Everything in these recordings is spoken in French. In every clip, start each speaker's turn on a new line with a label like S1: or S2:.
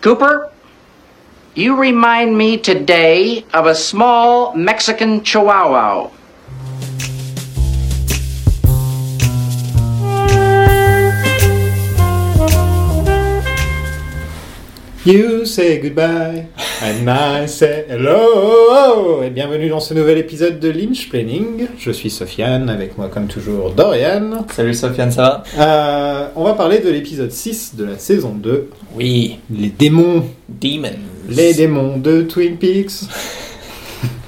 S1: Cooper, you remind me today of a small Mexican chihuahua.
S2: You say goodbye, and I say hello, et bienvenue dans ce nouvel épisode de Lynch Planning. Je suis Sofiane, avec moi comme toujours Dorian.
S3: Salut Sofiane, ça va
S2: Euh, on va parler de l'épisode 6 de la saison 2,
S3: Oui,
S2: Les démons,
S3: Demons.
S2: les démons de Twin Peaks.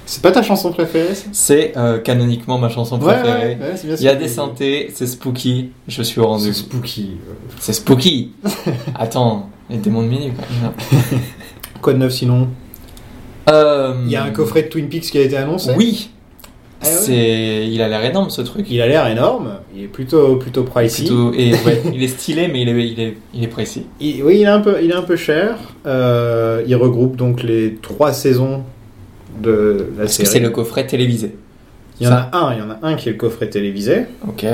S2: C'est pas ta chanson préférée ça
S3: C'est euh, canoniquement ma chanson
S2: Ouais,
S3: préférée.
S2: ouais, ouais, c'est bien
S3: Il y a
S2: sûr.
S3: des synthés, c'est spooky, je suis au
S2: C'est
S3: rendu.
S2: spooky.
S3: C'est spooky Attends, les démons de minuit quoi.
S2: Quoi de neuf sinon
S3: Euh,
S2: Il y a un coffret de Twin Peaks qui a été annoncé
S3: Oui
S2: Ah ouais.
S3: C'est, Il a l'air énorme ce truc.
S2: Il a l'air énorme, il est plutôt, plutôt pricey.
S3: Plutôt- et, ouais, il est stylé mais il est, il est, il est précis.
S2: Il- oui, il est un peu, il est un peu cher. Euh, il regroupe donc les trois saisons de la
S3: Parce que
S2: série.
S3: c'est le coffret télévisé.
S2: Il y en a un, il y en a un qui est le coffret télévisé,
S3: Ok.
S2: et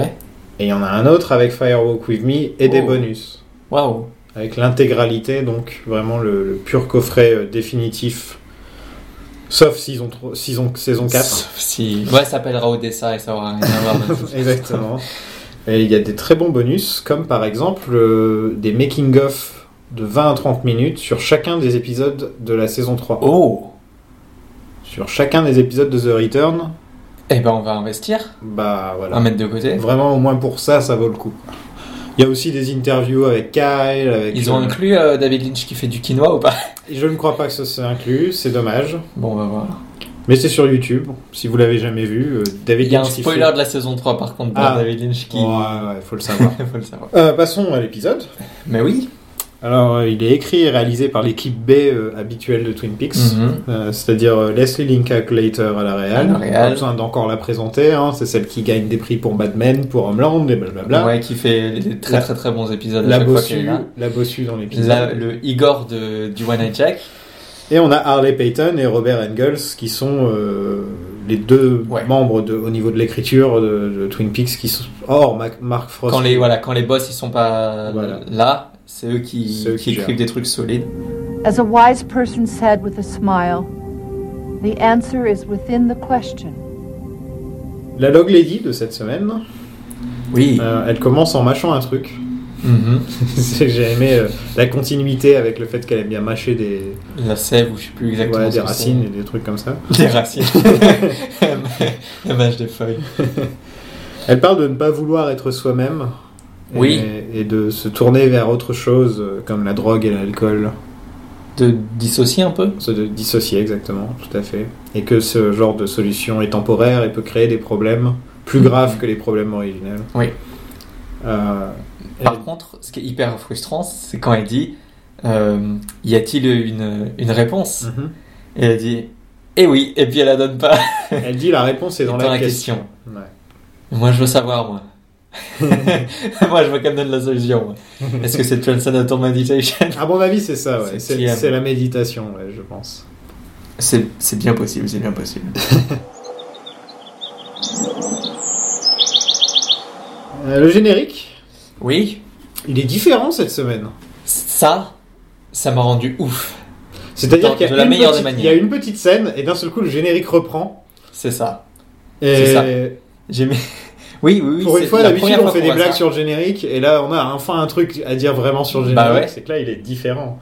S2: il y en a un autre avec Firewalk with Me et des
S3: Oh.
S2: bonus,
S3: Waouh
S2: avec l'intégralité donc vraiment le, le pur coffret euh, définitif, sauf saison tro- saison saison 4.
S3: Sauf Si... Ouais, ça s'appellera Odessa et ça aura rien à voir. dans tout.
S2: Exactement. Et il y a des très bons bonus, comme par exemple euh, des making-of de 20 à 30 minutes sur chacun des épisodes de la saison 3.
S3: Oh
S2: Sur chacun des épisodes de The Return,
S3: Eh ben on va investir,
S2: bah
S3: on va
S2: voilà.
S3: mettre de côté.
S2: Vraiment, au moins pour ça, ça vaut le coup. Il y a aussi des interviews avec Kyle, avec.
S3: Ils ont
S2: euh,
S3: inclus euh, David Lynch qui fait du quinoa ou pas
S2: Je ne crois pas que ça soit inclus, c'est dommage.
S3: Bon, bah, on va voir.
S2: Mais c'est sur YouTube, si vous l'avez jamais vu. euh, David
S3: Il y a un
S2: Lynch qui
S3: spoiler
S2: fait-
S3: de la saison 3 par contre dans
S2: Ah.
S3: David Lynch qui.
S2: Ouais, ouais, faut le savoir.
S3: Faut le savoir.
S2: Euh, passons à l'épisode.
S3: Mais oui
S2: Alors, euh, il est écrit et réalisé par l'équipe B euh, habituelle de Twin Peaks.
S3: Mhm.
S2: Euh, c'est-à-dire euh, Leslie Linka Clater à la
S3: À
S2: Real.
S3: la Real.
S2: Pas besoin d'encore la présenter, hein, c'est celle qui gagne des prix pour Batman, pour Homeland et blablabla.
S3: Ouais, qui fait des très
S2: La-
S3: très très bons épisodes à
S2: La
S3: chaque fois qu'elle est
S2: bossue,
S3: là.
S2: la bossue dans l'épisode.
S3: La- le Igor de, du One Night Jack.
S2: Et on a Harley Payton et Robert Engels qui sont euh, les deux
S3: Ouais.
S2: membres de, au niveau de l'écriture de, de Twin Peaks qui sont hors Mac- Mark Frost.
S3: Quand les, voilà, quand les boss ils sont pas
S2: Voilà.
S3: là, c'est eux qui,
S2: C'est eux
S3: qui
S2: qui gèrent.
S3: écrivent des trucs solides.
S4: As a wise person said with a smile, the answer is within the question.
S2: La Log Lady de cette semaine,
S3: Oui.
S2: euh, elle commence en mâchant un truc.
S3: Mhm.
S2: C'est- J'ai aimé euh, la continuité avec le fait qu'elle aime bien mâcher des,
S3: La sève ou je sais plus exactement.
S2: ouais, des
S3: ce que
S2: racines et des trucs comme ça.
S3: c'est. Des racines. La mâche des feuilles.
S2: Elle parle de ne pas vouloir être soi-même. et-
S3: Oui.
S2: Et de se tourner vers autre chose, euh, comme la drogue et l'alcool.
S3: De dissocier un peu
S2: Se de- dissocier, exactement, tout à fait. Et que ce genre de solution est temporaire et peut créer des problèmes plus graves que les problèmes originels.
S3: Mhm. Oui.
S2: Euh,
S3: Par
S2: elle-
S3: contre, ce qui est hyper frustrant, c'est quand elle dit euh, Y a-t-il une, une réponse
S2: Mhm.
S3: Et elle dit Eh oui, et puis elle la donne pas
S2: Elle dit la réponse est dans, la, question. Ouais.
S3: Moi, je veux savoir, moi. moi, je veux qu'elle me donne la solution. moi. Est-ce que c'est Transcendental Meditation
S2: À mon avis, c'est ça, ouais.
S3: C'est
S2: C'est
S3: qui aime.
S2: c'est la méditation, ouais, je pense.
S3: c'est, c'est bien possible, c'est bien possible.
S2: Euh, le générique,
S3: Oui,
S2: il est différent cette semaine.
S3: ça, ça m'a rendu ouf.
S2: C'est-à-dire
S3: Dans-
S2: qu'il y,
S3: de
S2: a
S3: la
S2: une
S3: meilleure des
S2: petite- il
S3: manières.
S2: y a une petite scène et d'un seul coup, le générique reprend.
S3: C'est ça. C'est ça.
S2: Et
S3: J'ai mis- Oui, oui, oui.
S2: Pour
S3: c'est
S2: une fois,
S3: la
S2: d'habitude,
S3: première
S2: on
S3: fois
S2: fait
S3: qu'on
S2: des
S3: voit
S2: blagues
S3: ça.
S2: sur le générique, et là, on a enfin un truc à dire vraiment sur le
S3: Bah
S2: générique,
S3: ouais.
S2: c'est que là, il est différent.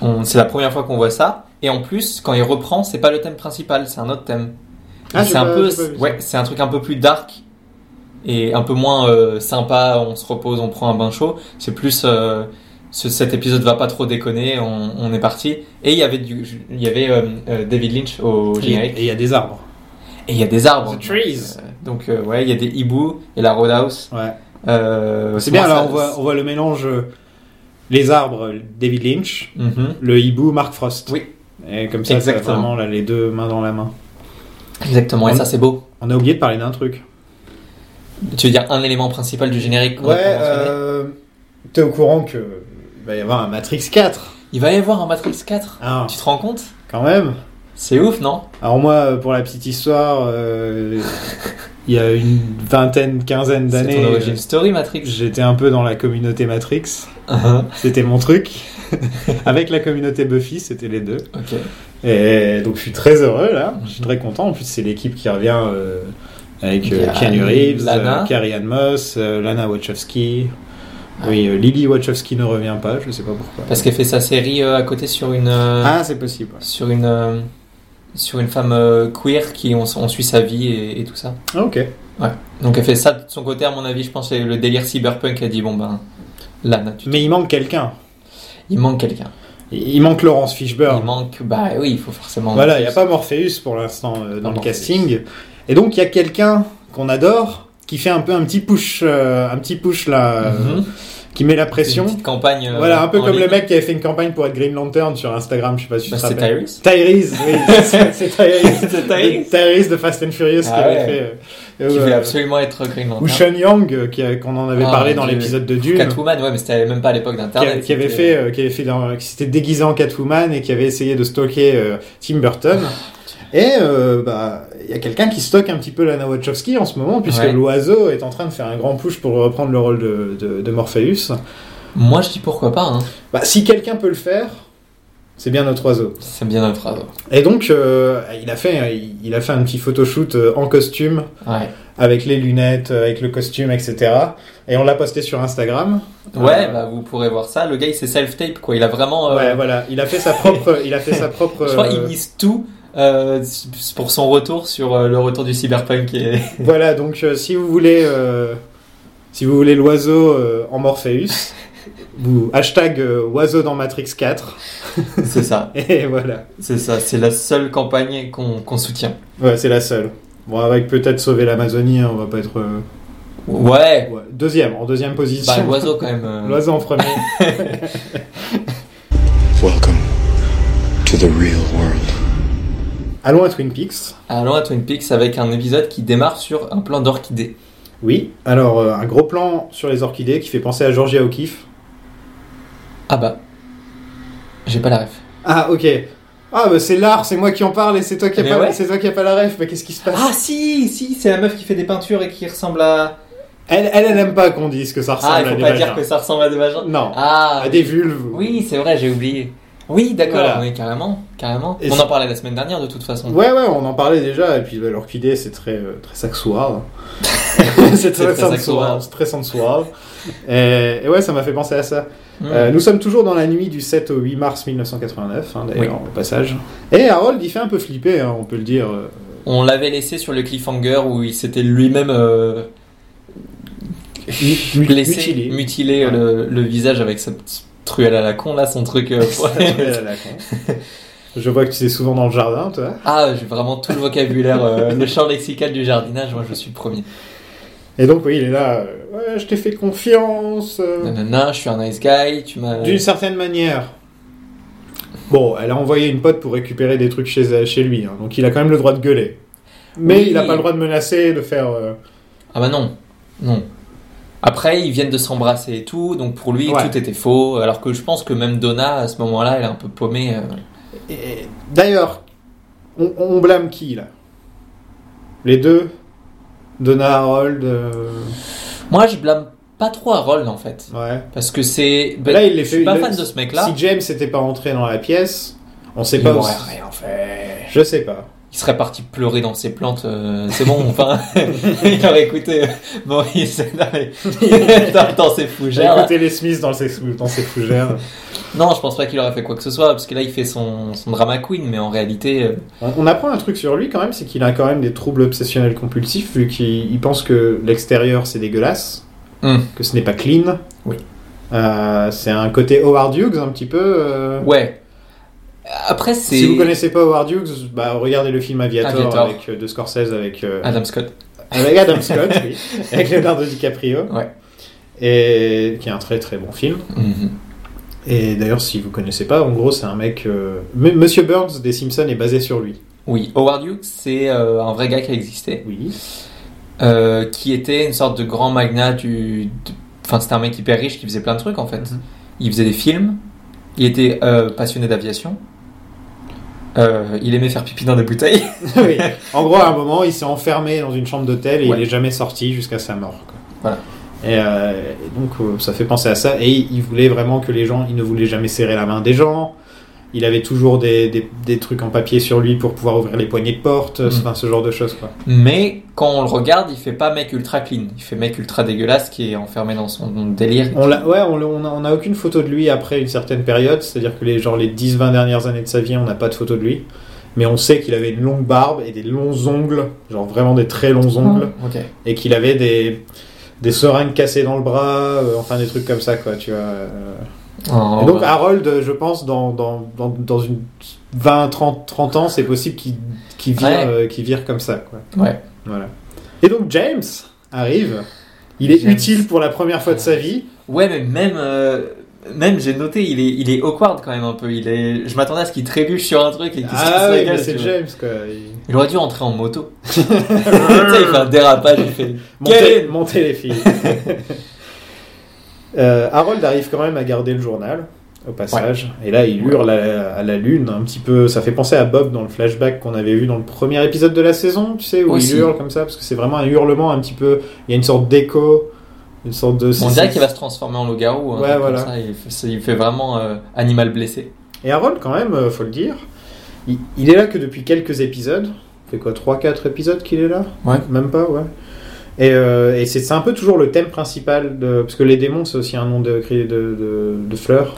S3: On- C'est la première fois qu'on voit ça. Et en plus, quand il reprend, c'est pas le thème principal, c'est un autre thème.
S2: Ah,
S3: Et
S2: j'ai
S3: c'est un
S2: pas-
S3: peu,
S2: j'ai pas vu ça.
S3: ouais, c'est un truc un peu plus dark et un peu moins euh, sympa. On se repose, on prend un bain chaud. C'est plus, euh, ce- cet épisode va pas trop déconner. On, on est parti. Et il y avait du, il y avait euh, euh, David Lynch au
S2: Et
S3: générique.
S2: il y a des arbres.
S3: Et il y a des arbres.
S2: The trees.
S3: Euh, Donc euh, ouais, il y a des hiboux et la roadhouse.
S2: Ouais.
S3: Euh,
S2: C'est bien,
S3: moi,
S2: là,
S3: ça-
S2: on voit, on voit le mélange euh, les arbres, David Lynch,
S3: Mhm.
S2: le hibou, Mark Frost.
S3: Oui.
S2: Et comme ça, c'est
S3: Exactement.
S2: vraiment là, les deux mains dans la main.
S3: Exactement. Et
S2: On-
S3: ça c'est beau.
S2: On a oublié de parler d'un truc.
S3: Tu veux dire un élément principal du générique qu'on a pas mentionné
S2: euh, t'es au courant que bah, il va y avoir un Matrix 4.
S3: Il va y avoir un Matrix 4.
S2: Ah,
S3: Tu te rends compte
S2: quand même.
S3: C'est ouf, non
S2: Alors moi, euh, pour la petite histoire, euh, il y a une vingtaine, quinzaine
S3: C'est
S2: d'années, euh,
S3: ton origin story, Matrix. Uh-huh.
S2: j'étais un peu dans la communauté Matrix. C'était mon truc. avec la communauté Buffy, c'était les deux.
S3: Ok.
S2: Et donc je suis très heureux là, je suis très content. En plus, c'est l'équipe qui revient euh, avec
S3: Il y
S2: euh,
S3: a
S2: Keanu Reeves,
S3: Lana.
S2: euh, Carrie Ann Moss, euh, Lana Wachowski. Oui, euh, Lily Wachowski ne revient pas, je sais pas pourquoi.
S3: Ah. Parce qu'elle fait sa série euh, à côté sur une euh,
S2: Ah, c'est possible. ouais.
S3: sur une euh, sur une femme euh, queer qui on, on suit sa vie et, et tout ça.
S2: Ah, ok.
S3: Donc elle fait ça de son côté à mon avis. Je pense que le délire cyberpunk elle dit bon ben Lana, tu-
S2: Mais il manque quelqu'un.
S3: il manque quelqu'un.
S2: Il il manque Laurence Fishburne.
S3: Il manque bah oui il faut forcément.
S2: Voilà, il n'y a pas Morpheus pour l'instant euh, dans
S3: Pas
S2: le
S3: Morpheus.
S2: casting. Et donc, il y a quelqu'un qu'on adore qui fait un peu un petit push, euh, un petit push là, euh,
S3: Mhm.
S2: qui met la
S3: C'est
S2: pression.
S3: Une petite campagne. euh,
S2: voilà, un peu
S3: en
S2: comme
S3: ligne.
S2: le mec qui avait fait une campagne pour être Green Lantern sur Instagram, je sais pas si tu
S3: Bah,
S2: te
S3: c'est
S2: rappelles.
S3: Tyrese.
S2: Tyrese, oui, c'est- c'est Tyrese.
S3: C'est
S2: Le
S3: Tyrese.
S2: Tyrese de Fast and Furious
S3: Ah
S2: qui avait
S3: ouais.
S2: fait. euh,
S3: Qui
S2: euh,
S3: veut absolument être Green
S2: ou Sean
S3: Lantern.
S2: Young, euh, qui a- qu'on en avait
S3: Ah,
S2: parlé
S3: mon
S2: dans
S3: Dieu.
S2: l'épisode de Dune.
S3: Catwoman, ouais, mais c'était même pas à l'époque
S2: qui, a-
S3: d'Internet.
S2: qui avait
S3: c'était-
S2: fait, euh, qui avait fait dans- qui s'était déguisé en Catwoman et qui avait essayé de stocker euh, Tim Burton.
S3: Ah,
S2: Et euh, bah, il y a quelqu'un qui stocke un petit peu Lana Wachowski en ce moment, puisque
S3: Ouais.
S2: l'oiseau est en train de faire un grand push pour reprendre le rôle de, de, de Morpheus. euh,
S3: Moi, je dis pourquoi pas. Hein.
S2: Bah, si quelqu'un peut le faire, c'est bien notre oiseau.
S3: C'est bien notre phrase.
S2: Et donc, euh, il, a fait, il a fait un petit photoshoot euh, en costume,
S3: Ouais.
S2: avec les lunettes, euh, avec le costume, etc. Et on l'a posté sur Instagram.
S3: Ouais,
S2: Euh,
S3: bah vous pourrez voir ça. Le gars, il s'est self-tape quoi. Il a vraiment. euh,
S2: Ouais, voilà. Il a fait sa propre. il a fait sa propre.
S3: Je crois qu'il
S2: euh,
S3: mise tout euh, pour son retour sur euh, le retour du cyberpunk. Et...
S2: Voilà, donc euh, si vous voulez, euh, si vous voulez l'oiseau euh, en Morpheus, vous hashtag euh, oiseau dans Matrix 4
S3: c'est ça.
S2: et voilà.
S3: C'est ça. C'est la seule campagne qu'on qu'on soutient.
S2: Ouais, c'est la seule. Bon, avec peut-être sauver l'Amazonie, hein, on va pas être. euh, ouais.
S3: Ouais.
S2: Deuxième, en deuxième
S3: Bah
S2: position.
S3: l'oiseau quand même. euh,
S2: L'oiseau en premier.
S5: Welcome to the real world.
S2: Allons à Twin Peaks.
S3: Allons à Twin Peaks avec un épisode qui démarre sur un plan d'orchidée.
S2: Oui. Alors, euh, un gros plan sur les orchidées qui fait penser à Georgia O'Keeffe.
S3: Ah bah. J'ai pas la ref.
S2: Ah, ok. Ah, bah c'est l'art, c'est moi qui en parle et c'est toi qui a
S3: Mais
S2: pas,
S3: ouais.
S2: c'est toi qui a pas la ref. Mais qu'est-ce qui se passe
S3: Ah si, si, c'est la meuf qui fait des peintures et qui ressemble à.
S2: elle, elle, elle aime pas qu'on dise que ça ressemble
S3: Ah, il
S2: à
S3: faut
S2: des
S3: pas dire
S2: vagins.
S3: que ça ressemble à des vagins.
S2: Non.
S3: Ah,
S2: à des vulves.
S3: oui, c'est vrai, j'ai oublié. Oui, d'accord,
S2: Voilà.
S3: oui, carrément, carrément.
S2: Et
S3: On
S2: c'est-
S3: en parlait la semaine dernière de toute façon.
S2: Ouais, ouais, on en parlait déjà, et puis bah, l'orchidée, c'est très, euh, très sexual. c'est très,
S3: très
S2: sensual,
S3: sexual.
S2: c'est très sensual. Et, et ouais, ça m'a fait penser à ça.
S3: Hmm.
S2: Euh, nous sommes toujours dans la nuit du 7 au 8 mars 1989, hein, d'ailleurs, au passage. Et Harold, il fait un peu flipper, hein, on peut le dire. euh,
S3: On l'avait laissé sur le cliffhanger où il s'était lui-même euh,
S2: mu-
S3: blessé,
S2: mutilé.
S3: mutilé, le, le visage avec sa petite truelle à la con, là, son truc. euh,
S2: Ça fait à la con. Je vois que tu es souvent dans le jardin, toi.
S3: ah, j'ai vraiment tout le vocabulaire, euh, le champ lexical du jardinage, moi je suis le premier.
S2: Et donc, oui, il est là. euh, ouais, je t'ai fait confiance. euh,
S3: Nanana, je suis un nice guy, tu m'as.
S2: D'une certaine manière. Bon, elle a envoyé une pote pour récupérer des trucs chez, chez lui, hein, donc il a quand même le droit de gueuler. Mais
S3: Oui.
S2: il n'a pas le droit de menacer, de faire. euh,
S3: Ah bah non, non. Après, ils viennent de s'embrasser et tout, donc pour lui,
S2: Ouais.
S3: tout était faux. Alors que je pense que même Donna, à ce moment-là, elle est un peu paumée. euh.
S2: et- D'ailleurs, on, on blâme qui là Les deux Donna Harold euh,
S3: Moi, je blâme pas trop Harold, en fait.
S2: Ouais.
S3: Parce que c'est... bah,
S2: Là, il les
S3: je
S2: fait-
S3: suis pas
S2: il-
S3: fan de ce mec-là.
S2: Si James n'était pas entré dans la pièce, on sait
S3: il
S2: pas. où-
S3: aurait rien fait.
S2: Je sais pas.
S3: Il serait parti pleurer dans ses plantes. euh, c'est bon, enfin... il aurait écouté euh, Maurice dans, les- dans- dans ses
S2: J'ai
S3: fougères.
S2: écouté les Smiths dans ses, dans ses fougères.
S3: Non, je pense pas qu'il aurait fait quoi que ce soit. Parce que là, il fait son, son drama queen. Mais en réalité... euh,
S2: On, on apprend un truc sur lui quand même, c'est qu'il a quand même des troubles obsessionnels compulsifs, vu qu'il il pense que l'extérieur c'est dégueulasse,
S3: Hmm.
S2: que ce n'est pas clean.
S3: Oui.
S2: Euh, c'est un côté Howard Hughes un petit peu. euh,
S3: Ouais. Après, c'est...
S2: Si vous connaissez pas Howard Hughes, bah, regardez le film Aviator,
S3: Aviator.
S2: Avec, euh, de Scorsese avec, euh,
S3: Adam Scott.
S2: avec Adam Scott, oui, avec Leonardo DiCaprio,
S3: Ouais.
S2: et qui est un très très bon film.
S3: Mhm.
S2: Et d'ailleurs, si vous connaissez pas, en gros, c'est un mec. euh, M- Monsieur Burns des Simpsons est basé sur lui.
S3: Oui, Howard Hughes, c'est euh, un vrai gars qui a existé,
S2: Oui.
S3: euh, qui était une sorte de grand magnat du... de- Enfin, c'était un mec hyper riche qui faisait plein de trucs, en fait.
S2: Mhm.
S3: Il faisait des films, il était euh, passionné d'aviation, euh, il aimait faire pipi dans des bouteilles.
S2: Oui. En gros, à un moment, il s'est enfermé dans une chambre d'hôtel et
S3: Ouais.
S2: il est jamais sorti jusqu'à sa mort. quoi.
S3: Voilà.
S2: Et, euh, et donc euh, ça fait penser à ça. Et il il voulait vraiment que les gens, il ne voulait jamais serrer la main des gens. Il avait toujours des, des- des trucs en papier sur lui pour pouvoir ouvrir les poignées de porte,
S3: Mm.
S2: enfin, ce genre de choses. Quoi.
S3: Mais quand on le regarde, il fait pas mec ultra clean. Il fait mec ultra dégueulasse qui est enfermé dans son délire.
S2: On l'a- ouais, on, l'a- on a, on a aucune photo de lui après une certaine période, c'est-à-dire que les, genre, les 10-20 dernières années de sa vie, on n'a pas de photo de lui. Mais on sait qu'il avait une longue barbe et des longs ongles, genre vraiment des très longs ongles,
S3: Ok.
S2: et qu'il avait des, des seringues cassées dans le bras, euh, enfin des trucs comme ça, quoi, tu vois. euh.
S3: Oh,
S2: Et donc
S3: bah.
S2: Harold, euh, je pense, dans, dans, dans, dans une 20, 30, 30 ans, c'est possible qu'il qu'il vire,
S3: Ouais.
S2: euh, qu'il vire comme ça. Quoi.
S3: Ouais.
S2: Voilà. Et donc James arrive. Il est
S3: James.
S2: utile pour la première fois de sa vie.
S3: Ouais, mais même, euh, même j'ai noté, il est, il est awkward quand même un peu. Il est, je m'attendais à ce qu'il trébuche sur un truc et qu'il se casse
S2: Ah
S3: la
S2: oui,
S3: gueule,
S2: mais
S3: tu
S2: c'est
S3: vois.
S2: James quoi. Il-
S3: Il aurait dû entrer en moto. tu sais, il fait un dérapage, il fait.
S2: Montez,
S3: Kevin
S2: montez, les filles. Euh, Harold arrive quand même à garder le journal au passage. Et là, il hurle à, à la lune un petit peu. Ça fait penser à Bob dans le flashback qu'on avait vu dans le premier épisode de la saison, tu sais, où
S3: Aussi.
S2: il hurle comme ça, parce que c'est vraiment un hurlement un petit peu. Il y a une sorte d'écho, une sorte de.
S3: On dirait qu'il va se transformer en loup-garou. un
S2: Ouais,
S3: truc comme
S2: voilà.
S3: ça. Il, fait, c'est- il fait vraiment euh, animal blessé.
S2: Et Harold, quand même, euh, faut le dire, il, il est là que depuis quelques épisodes. Ça fait quoi, 3-4 épisodes qu'il est là
S3: Ouais.
S2: Même pas, ouais. Et, euh, et c'est c'est un peu toujours le thème principal, de, parce que les démons, c'est aussi un nom de, de, de, de fleur.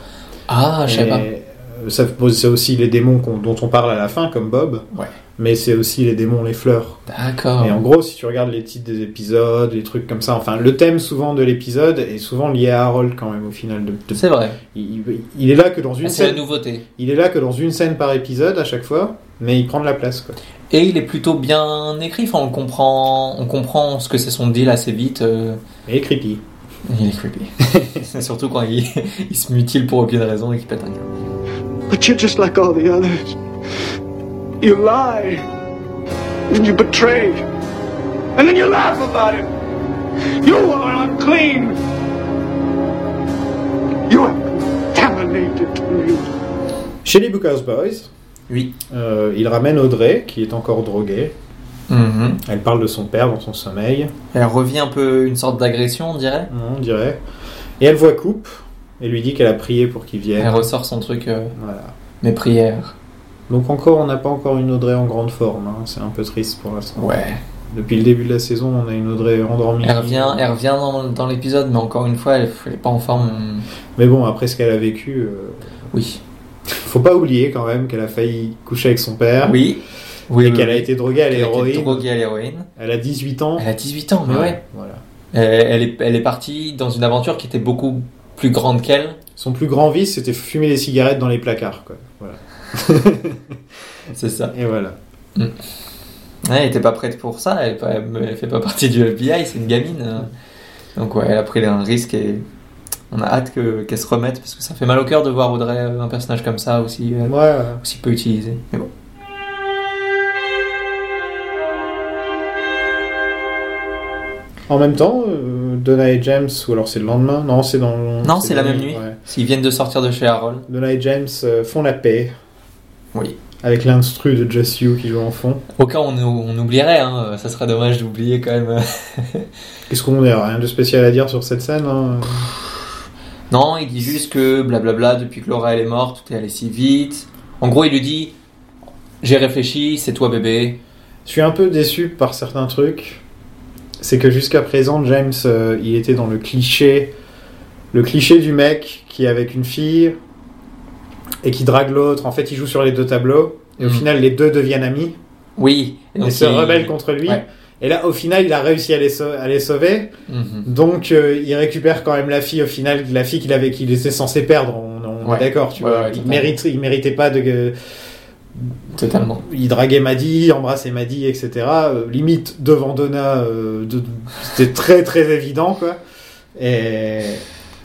S3: Ah, je sais
S2: Et,
S3: pas.
S2: euh, ça pose- C'est aussi les démons qu'on- dont on parle à la fin, comme Bob.
S3: Ouais.
S2: Mais c'est aussi les démons, les fleurs.
S3: D'accord.
S2: Et en gros, si tu regardes les titres des épisodes, les trucs comme ça, enfin, le thème souvent de l'épisode est souvent lié à Harold quand même au final. De, de-
S3: C'est vrai.
S2: il, il est là que dans une
S3: Ah, C'est la
S2: scène-
S3: nouveauté.
S2: il est là que dans une scène par épisode à chaque fois, mais il prend de la place. Quoi.
S3: Et il est plutôt bien écrit. Enfin, on comprend, on comprend ce que c'est son deal assez vite. euh,
S2: Et creepy.
S3: Il est creepy. C'est Surtout quand il, il se mutile pour aucune raison et qu'il pète un câble.
S6: But you're just like all the others. You lie. And you betray. And then you laugh about it. You are unclean. You are contaminated me.
S2: Chez les Bookhouse Boys,
S3: Oui.
S2: euh, il ramène Audrey, qui est encore droguée.
S3: Mhm.
S2: Elle parle de son père dans son sommeil,
S3: Elle revient un peu une sorte d'agression, on dirait.
S2: on dirait. Et elle voit Coupe et lui dit qu'elle a prié pour qu'il vienne.
S3: Elle ressort son truc, euh,
S2: Voilà.
S3: mes prières.
S2: Donc encore, on n'a pas encore une Audrey en grande forme. hein. C'est un peu triste pour l'instant.
S3: Ouais.
S2: Depuis le début de la saison, on a une Audrey endormie.
S3: Elle revient, elle revient dans, dans l'épisode, mais encore une fois, elle, elle est pas en forme.
S2: Mais bon, après ce qu'elle a vécu, euh,
S3: Oui.
S2: faut pas oublier quand même qu'elle a failli coucher avec son père.
S3: Oui. Oui.
S2: Ah. Et
S3: oui,
S2: qu'elle a
S3: oui.
S2: été droguée à
S3: Elle a été
S2: l'héroïne.
S3: droguée à l'héroïne.
S2: Elle a 18 ans.
S3: Elle a 18 ans, mais ouais.
S2: Voilà.
S3: Elle, elle est, elle est partie dans une aventure qui était beaucoup plus grande qu'elle.
S2: Son plus grand vice, c'était fumer des cigarettes dans les placards. Quoi. Voilà.
S3: C'est ça.
S2: Et voilà.
S3: Ouais, elle était pas prête pour ça. Elle, est pas- elle fait pas partie du FBI. C'est une gamine. euh. Donc ouais, elle a pris un risque et on a hâte que- qu'elle se remette parce que ça fait mal au cœur de voir Audrey euh, un personnage comme ça aussi euh,
S2: Ouais.
S3: aussi peu utilisé. Mais bon.
S2: En même temps, euh, Donna et James, ou alors c'est le lendemain Non, c'est dans.
S3: Non, c'est la
S2: dans
S3: même nuit.
S2: ouais.
S3: S'ils viennent de sortir de chez Harold.
S2: Donna et James euh, font la paix.
S3: Oui.
S2: Avec l'instru de Just You qui joue en fond.
S3: Au cas où on, on oublierait, hein, ça serait dommage d'oublier quand même. euh.
S2: Qu'est-ce qu'on a Rien de spécial à dire sur cette scène. hein.
S3: Non, il dit juste que blablabla, depuis que Laura elle est morte, tout est allé si vite. En gros, il lui dit J'ai réfléchi, c'est toi bébé.
S2: Je suis un peu déçu par certains trucs. C'est que jusqu'à présent, James, euh, il était dans le cliché, le cliché du mec qui est avec une fille et qui drague l'autre. En fait, il joue sur les deux tableaux. Et au
S3: Mm.
S2: final, les deux deviennent amis
S3: Oui.
S2: et
S3: donc
S2: se
S3: il-
S2: rebellent contre lui.
S3: Ouais.
S2: Et là, au final, il a réussi à les, sau- à les sauver.
S3: Mhm.
S2: Donc, euh, il récupère quand même la fille, au final, la fille qu'il avait, qu'il était censé perdre. On, on
S3: Ouais.
S2: est d'accord, tu
S3: Ouais,
S2: vois.
S3: ouais,
S2: il,
S3: totalement.
S2: mérite, il méritait pas de.
S3: Totalement.
S2: il draguait Maddy, embrassait Maddy, etc. Euh, limite devant Donna, euh, de- c'était très très évident quoi. Et,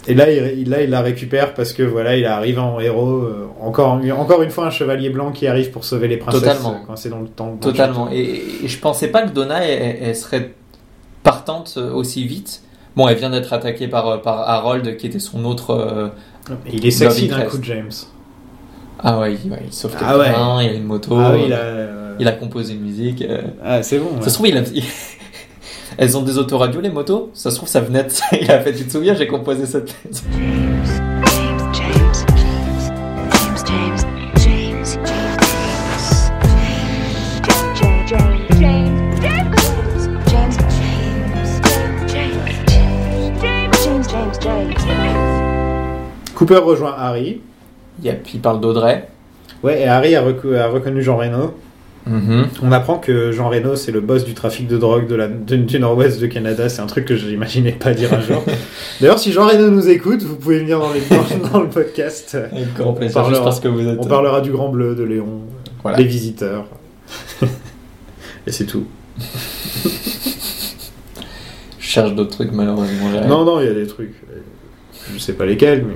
S2: et là, il, il- là, il la récupère parce que voilà, il arrive en héros. euh, encore, encore une fois, un chevalier blanc qui arrive pour sauver les princesses
S3: Totalement.
S2: euh, quand c'est dans le temps. dans le
S3: Totalement. Et, et je pensais pas que Donna, elle, elle serait partante euh, aussi vite. Bon, elle vient d'être attaquée par, euh, par Harold, qui était son autre. euh,
S2: temps. Et il est sexy
S3: Love
S2: d'un
S3: interest.
S2: coup, James.
S3: Ah ouais, il- ouais, il sauve
S2: Ah
S3: quelqu'un, il y a une moto,
S2: ah oui,
S3: il,
S2: il
S3: a...
S2: a.
S3: composé une musique. euh.
S2: Ah, c'est bon.
S3: Ça se trouve, il a... Elles ont des autoradios, les motos Ça se trouve, ça venait de ça. Il a fait, tu te souviens, j'ai composé cette lettre.
S2: Cooper rejoint Harry.
S3: Yep, il parle d'Audrey.
S2: Ouais, et Harry a, recou- a reconnu Jean Reno. On apprend que Jean Reno, c'est le boss du trafic de drogue de la, du, du nord-ouest de Canada. C'est un truc que je n'imaginais pas dire un jour. D'ailleurs, si Jean Reno nous écoute, vous pouvez venir dans, les, dans, dans le podcast.
S3: Avec grand plaisir,
S2: parlera-
S3: juste parce que vous êtes.
S2: On parlera du Grand Bleu, de Léon,
S3: Voilà.
S2: des visiteurs. et c'est tout.
S3: euh, Je cherche d'autres trucs, malheureusement. j'arrive.
S2: Non, non, il y a des trucs. euh, Je sais pas lesquels, mais.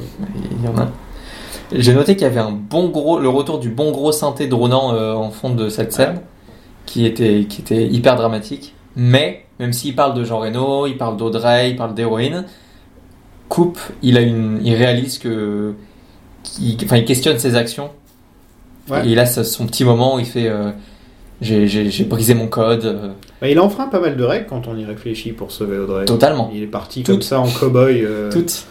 S3: Il y en a. J'ai noté qu'il y avait un bon gros, le retour du bon gros synthé drônant euh, en fond de cette scène, qui était, qui était hyper dramatique. Mais, même s'il parle de Jean Reno, il parle d'Audrey, il parle d'héroïne, Coupe, il, a une, il réalise que. qu'il- enfin, il questionne ses actions.
S2: Ouais.
S3: Et là, ça- son petit moment où il fait euh, j'ai- J'ai j'ai brisé mon code. euh,
S2: Bah, il a enfreint pas mal de règles quand on y réfléchit pour sauver Audrey.
S3: totalement.
S2: Il est parti
S3: Tout-
S2: comme ça en cow-boy. euh,
S3: Toutes.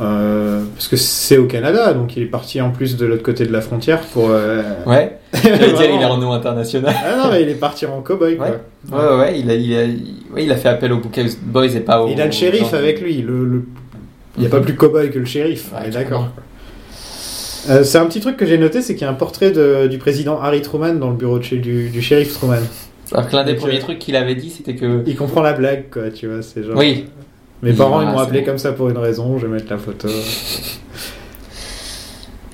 S2: euh, parce que c'est au Canada, donc il est parti en plus de l'autre côté de la frontière pour. euh,
S3: Ouais. J'allais dire,
S2: vraiment.
S3: il est en nom international.
S2: Ah non, mais il est parti en cow-boy, quoi.
S3: Ouais. Ouais, ouais, ouais, il a, il a, il- ouais, il a fait appel aux Bookhouse Boys et pas aux.
S2: Il a le shérif
S3: gens-
S2: avec lui. Le, le- Il n'y a pas plus cow-boy que le shérif.
S3: Ouais,
S2: on est
S3: clairement.
S2: d'accord. Euh, c'est un petit truc que j'ai noté, c'est qu'il y a un portrait de- du président Harry Truman dans le bureau de chez, du, du shérif Truman.
S3: Alors que l'un des
S2: Donc,
S3: premiers
S2: euh,
S3: trucs qu'il avait dit, c'était que.
S2: Il comprend la blague, quoi, tu vois, c'est genre...
S3: Oui,
S2: Mes
S3: Il-
S2: parents, ils
S3: ah,
S2: m'ont
S3: c'est
S2: appelé
S3: bon.
S2: comme ça pour une raison, je vais mettre la photo.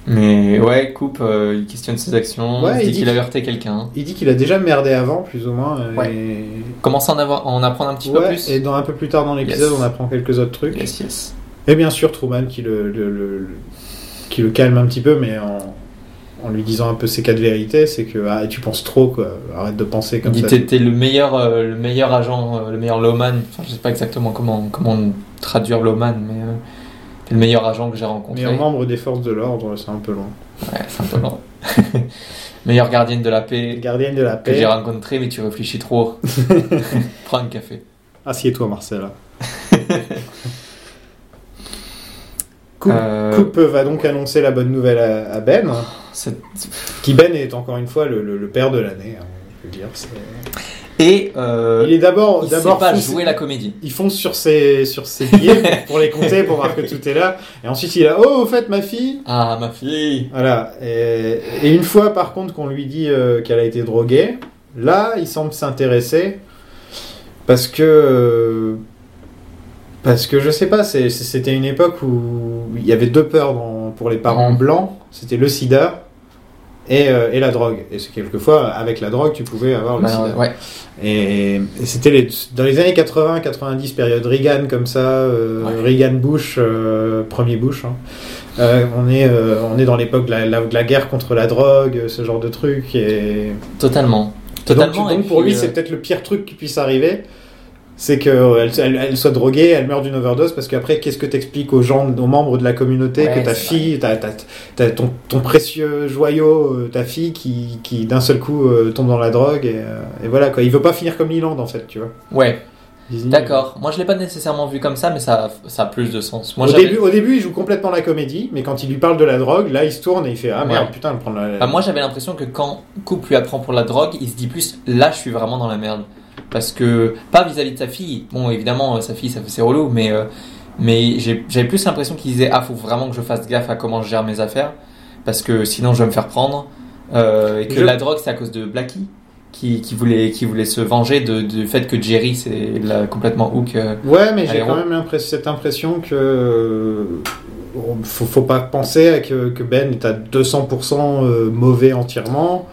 S3: mais ouais, Coupe, euh, il questionne ses actions,
S2: Ouais, il
S3: il dit
S2: dit
S3: qu'il
S2: que-
S3: a heurté quelqu'un.
S2: Il dit qu'il a déjà merdé avant, plus ou moins, et...
S3: Ouais. Commence à en, avoir, en apprendre un petit peu
S2: Ouais,
S3: plus.
S2: et dans un peu plus tard dans l'épisode,
S3: Yes.
S2: on apprend quelques autres trucs.
S3: Yes, yes.
S2: Et bien sûr, Truman qui le, le- le- le- qui le calme un petit peu, mais en, en lui disant un peu ses quatre vérités, c'est que ah, tu penses trop, quoi. Arrête de penser
S3: Il
S2: comme
S3: dit
S2: ça.
S3: t'es t'es le meilleur, euh, le meilleur agent, euh, le meilleur lawman. Enfin, je sais pas exactement comment, comment traduire lawman, mais euh, t'es le meilleur agent que j'ai rencontré.
S2: Meilleur membre des forces de l'ordre, c'est un peu long.
S3: Ouais, c'est un peu long. meilleure gardienne de la paix
S2: Gardienne de la
S3: que j'ai
S2: paix.
S3: rencontré, mais tu réfléchis trop. Prends un café.
S2: Assieds-toi, Marcella. Coupe,
S3: Euh,
S2: Coupe va donc annoncer la bonne nouvelle à, à Ben, hein,
S3: cette-
S2: qui Ben est encore une fois le, le- le père de l'année. hein, on peut le dire. c'est-
S3: Et euh,
S2: Il est d'abord,
S3: il sait
S2: d'abord
S3: pas
S2: fou,
S3: jouer la comédie.
S2: il fonce sur ses, sur ses billets pour les compter, pour voir que tout est là. Et ensuite, il a Oh, au fait, ma fille
S3: Ah, ma fille
S2: Voilà. Et, et une fois, par contre, qu'on lui dit euh, qu'elle a été droguée, là, il semble s'intéresser. Parce que. euh, parce que je sais pas, c'est- c'est- c'était une époque où il y avait deux peurs dans- pour les parents
S3: Mhm.
S2: blancs c'était le sida. Et, euh, et la drogue. Et c'est quelquefois, avec la drogue, tu pouvais avoir le sida.
S3: Bah, ouais.
S2: Et, et c'était les- dans les années 80-90, période Reagan comme ça, euh,
S3: Ouais.
S2: Reagan-Bush, euh, premier Bush. hein. Euh, on, est, euh, on est dans l'époque de la, la- de la guerre contre la drogue, ce genre de truc. Et...
S3: Totalement. Totalement.
S2: donc,
S3: et
S2: donc pour
S3: puis,
S2: lui,
S3: euh,
S2: c'est peut-être le pire truc qui puisse arriver. C'est qu'elle elle, elle soit droguée, elle meurt d'une overdose, parce qu'après, qu'est-ce que t'expliques aux gens, aux membres de la communauté,
S3: Ouais,
S2: que ta
S3: c'est
S2: fille, ta, ta- ta- ton, ton précieux joyau, euh, ta fille, qui, qui d'un seul coup euh, tombe dans la drogue, et, euh, et voilà quoi. Il veut pas finir comme Leland en fait, tu vois.
S3: euh, Ouais,
S2: Disney,
S3: d'accord. Moi, je l'ai pas nécessairement vu comme ça, mais ça, ça a plus de sens. Moi,
S2: euh, au,
S3: j'avais-
S2: début, au début, il joue complètement la comédie, mais quand il lui parle de la drogue, là, il se tourne et il fait Ah merde,
S3: Ouais.
S2: putain, prendre la.
S3: Bah, moi, j'avais l'impression que quand Coupe lui apprend pour la drogue, il se dit plus là, je suis vraiment dans la merde. Parce que, pas vis-à-vis de sa fille. Bon, évidemment, euh, sa fille, ça fait c'est relou, mais, euh, mais j'ai- j'avais plus l'impression qu'il disait ah, faut vraiment que je fasse gaffe à comment je gère mes affaires. Parce que sinon, je vais me faire prendre. Euh, et que
S2: Je-
S3: la drogue, c'est à cause de Blackie. Qui, qui, voulait, qui voulait se venger de- du fait que Jerry c'est l'a complètement hook. euh,
S2: Ouais, mais j'ai
S3: Allez,
S2: quand
S3: on-
S2: même l'impres- cette impression que. euh, Faut, faut pas penser à que, que Ben est à 200% euh, mauvais entièrement.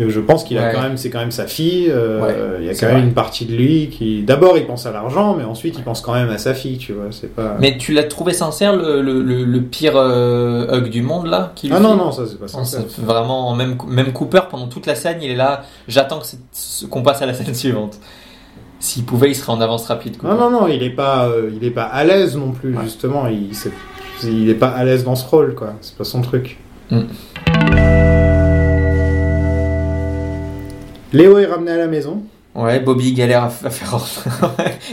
S2: Euh, Je pense qu'il a
S3: Ouais.
S2: quand même, c'est quand même sa fille. euh, il y a
S3: c'est
S2: quand même
S3: vrai.
S2: une partie de lui qui, d'abord, il pense à l'argent, mais ensuite, il pense quand même à sa fille, tu vois. C'est pas.
S3: Mais tu l'as trouvé sincère le, le, le, le pire euh, hug du monde là qui lui
S2: Ah
S3: fait
S2: non, non, ça c'est pas
S3: Non,
S2: sincère.
S3: c'est vraiment même même Cooper pendant toute la scène il est là j'attends que c'est- qu'on passe à la scène suivante s'il pouvait il serait en avance rapide Cooper.
S2: Non, non, non, il est pas, euh, il est pas à l'aise non plus,
S3: Ouais.
S2: justement. Il, c'est- il est pas à l'aise dans ce rôle, quoi. C'est pas son truc.
S3: Mm.
S2: Léo est ramené à la maison.
S3: Ouais, Bobby galère à, f- à faire ordre.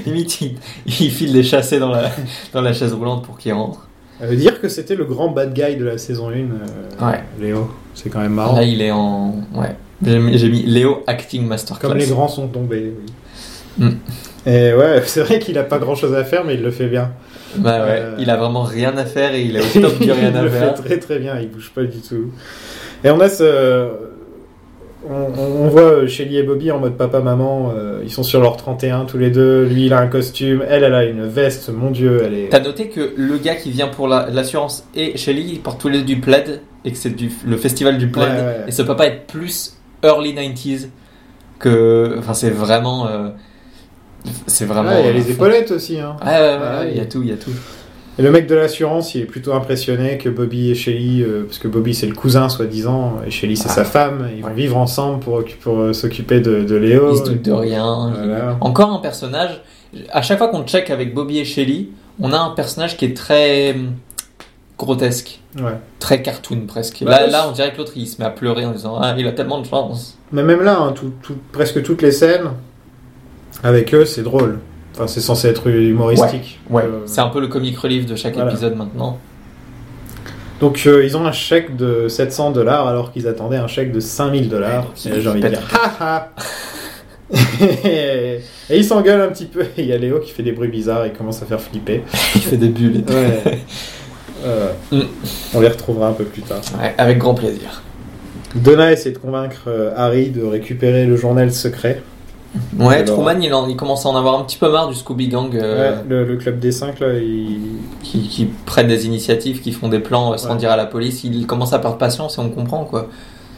S3: Limite, il, il file des chassés dans la, dans la chaise roulante pour qu'il rentre.
S2: Ça veut dire que c'était le grand bad guy de la saison 1, euh,
S3: Ouais.
S2: Léo. C'est quand même marrant.
S3: Là, il est en. Ouais. J'ai mis, j'ai mis Léo Acting Masterclass.
S2: Comme les grands sont tombés, oui.
S3: Mm.
S2: Et ouais, c'est vrai qu'il a pas grand chose à faire, mais il le fait bien.
S3: Bah ouais,
S2: Euh,
S3: il a vraiment rien à faire et il est au
S2: il
S3: top du rien à
S2: le fait
S3: faire.
S2: très très bien, il bouge pas du tout. Et on a ce. On, on- on voit euh, Shelly et Bobby en mode papa-maman, euh, ils sont sur leur 31 tous les deux. Lui, il a un costume, elle, elle a une veste, mon dieu, elle est.
S3: T'as noté que le gars qui vient pour la- l'assurance et Shelly, ils portent tous les deux du plaid et que c'est du- le festival du plaid.
S2: Ouais, ouais.
S3: Et ça peut pas être plus early 90s que. Enfin, c'est vraiment. euh, C'est vraiment.
S2: Ouais, il y a
S3: euh,
S2: les épaulettes aussi. Hein.
S3: Ouais, ouais, ouais, ouais,
S2: Ouais,
S3: il y a tout, il y a tout.
S2: Et le mec de l'assurance, il est plutôt impressionné que Bobby et Shelly, euh, parce que Bobby c'est le cousin soi-disant, et Shelly c'est
S3: Ah.
S2: sa femme, ils vont vivre ensemble pour, occu- pour euh, s'occuper de, de Léo.
S3: Il se doute de rien.
S2: Voilà.
S3: Il- Encore un personnage. À chaque fois qu'on check avec Bobby et Shelly, on a un personnage qui est très hum, grotesque,
S2: Ouais.
S3: très cartoon presque.
S2: Bah,
S3: là,
S2: c'est-
S3: là, on dirait que l'autre il se met à pleurer en disant Ah, il a tellement de chance.
S2: Mais même là, hein, tout- tout- presque toutes les scènes avec eux, c'est drôle. Enfin, c'est censé être humoristique. Euh,
S3: C'est un peu le comic relief de chaque
S2: voilà.
S3: épisode maintenant.
S2: Donc euh, ils ont un chèque de 700 dollars alors qu'ils attendaient un chèque de 5000 dollars.
S3: Qui-
S2: J'ai envie de
S3: qui
S2: dire, ha, ha. et ils s'engueulent un petit peu. Et Il y a Léo qui fait des bruits bizarres et commence à faire flipper.
S3: il fait des bulles.
S2: Ouais. Euh,
S3: Mm.
S2: on les retrouvera un peu plus tard.
S3: Ouais, avec grand plaisir.
S2: Donna essaie de convaincre euh, Harry de récupérer le journal secret,
S3: Ouais,
S2: Alors-
S3: Truman, il, en- il commence à en avoir un petit peu marre du Scooby Gang euh,
S2: Ouais, le, le club des 5 là. Il...
S3: qui, qui prennent des initiatives, qui font des plans euh, sans
S2: Ouais.
S3: dire à la police. Il commence à perdre patience et on comprend quoi.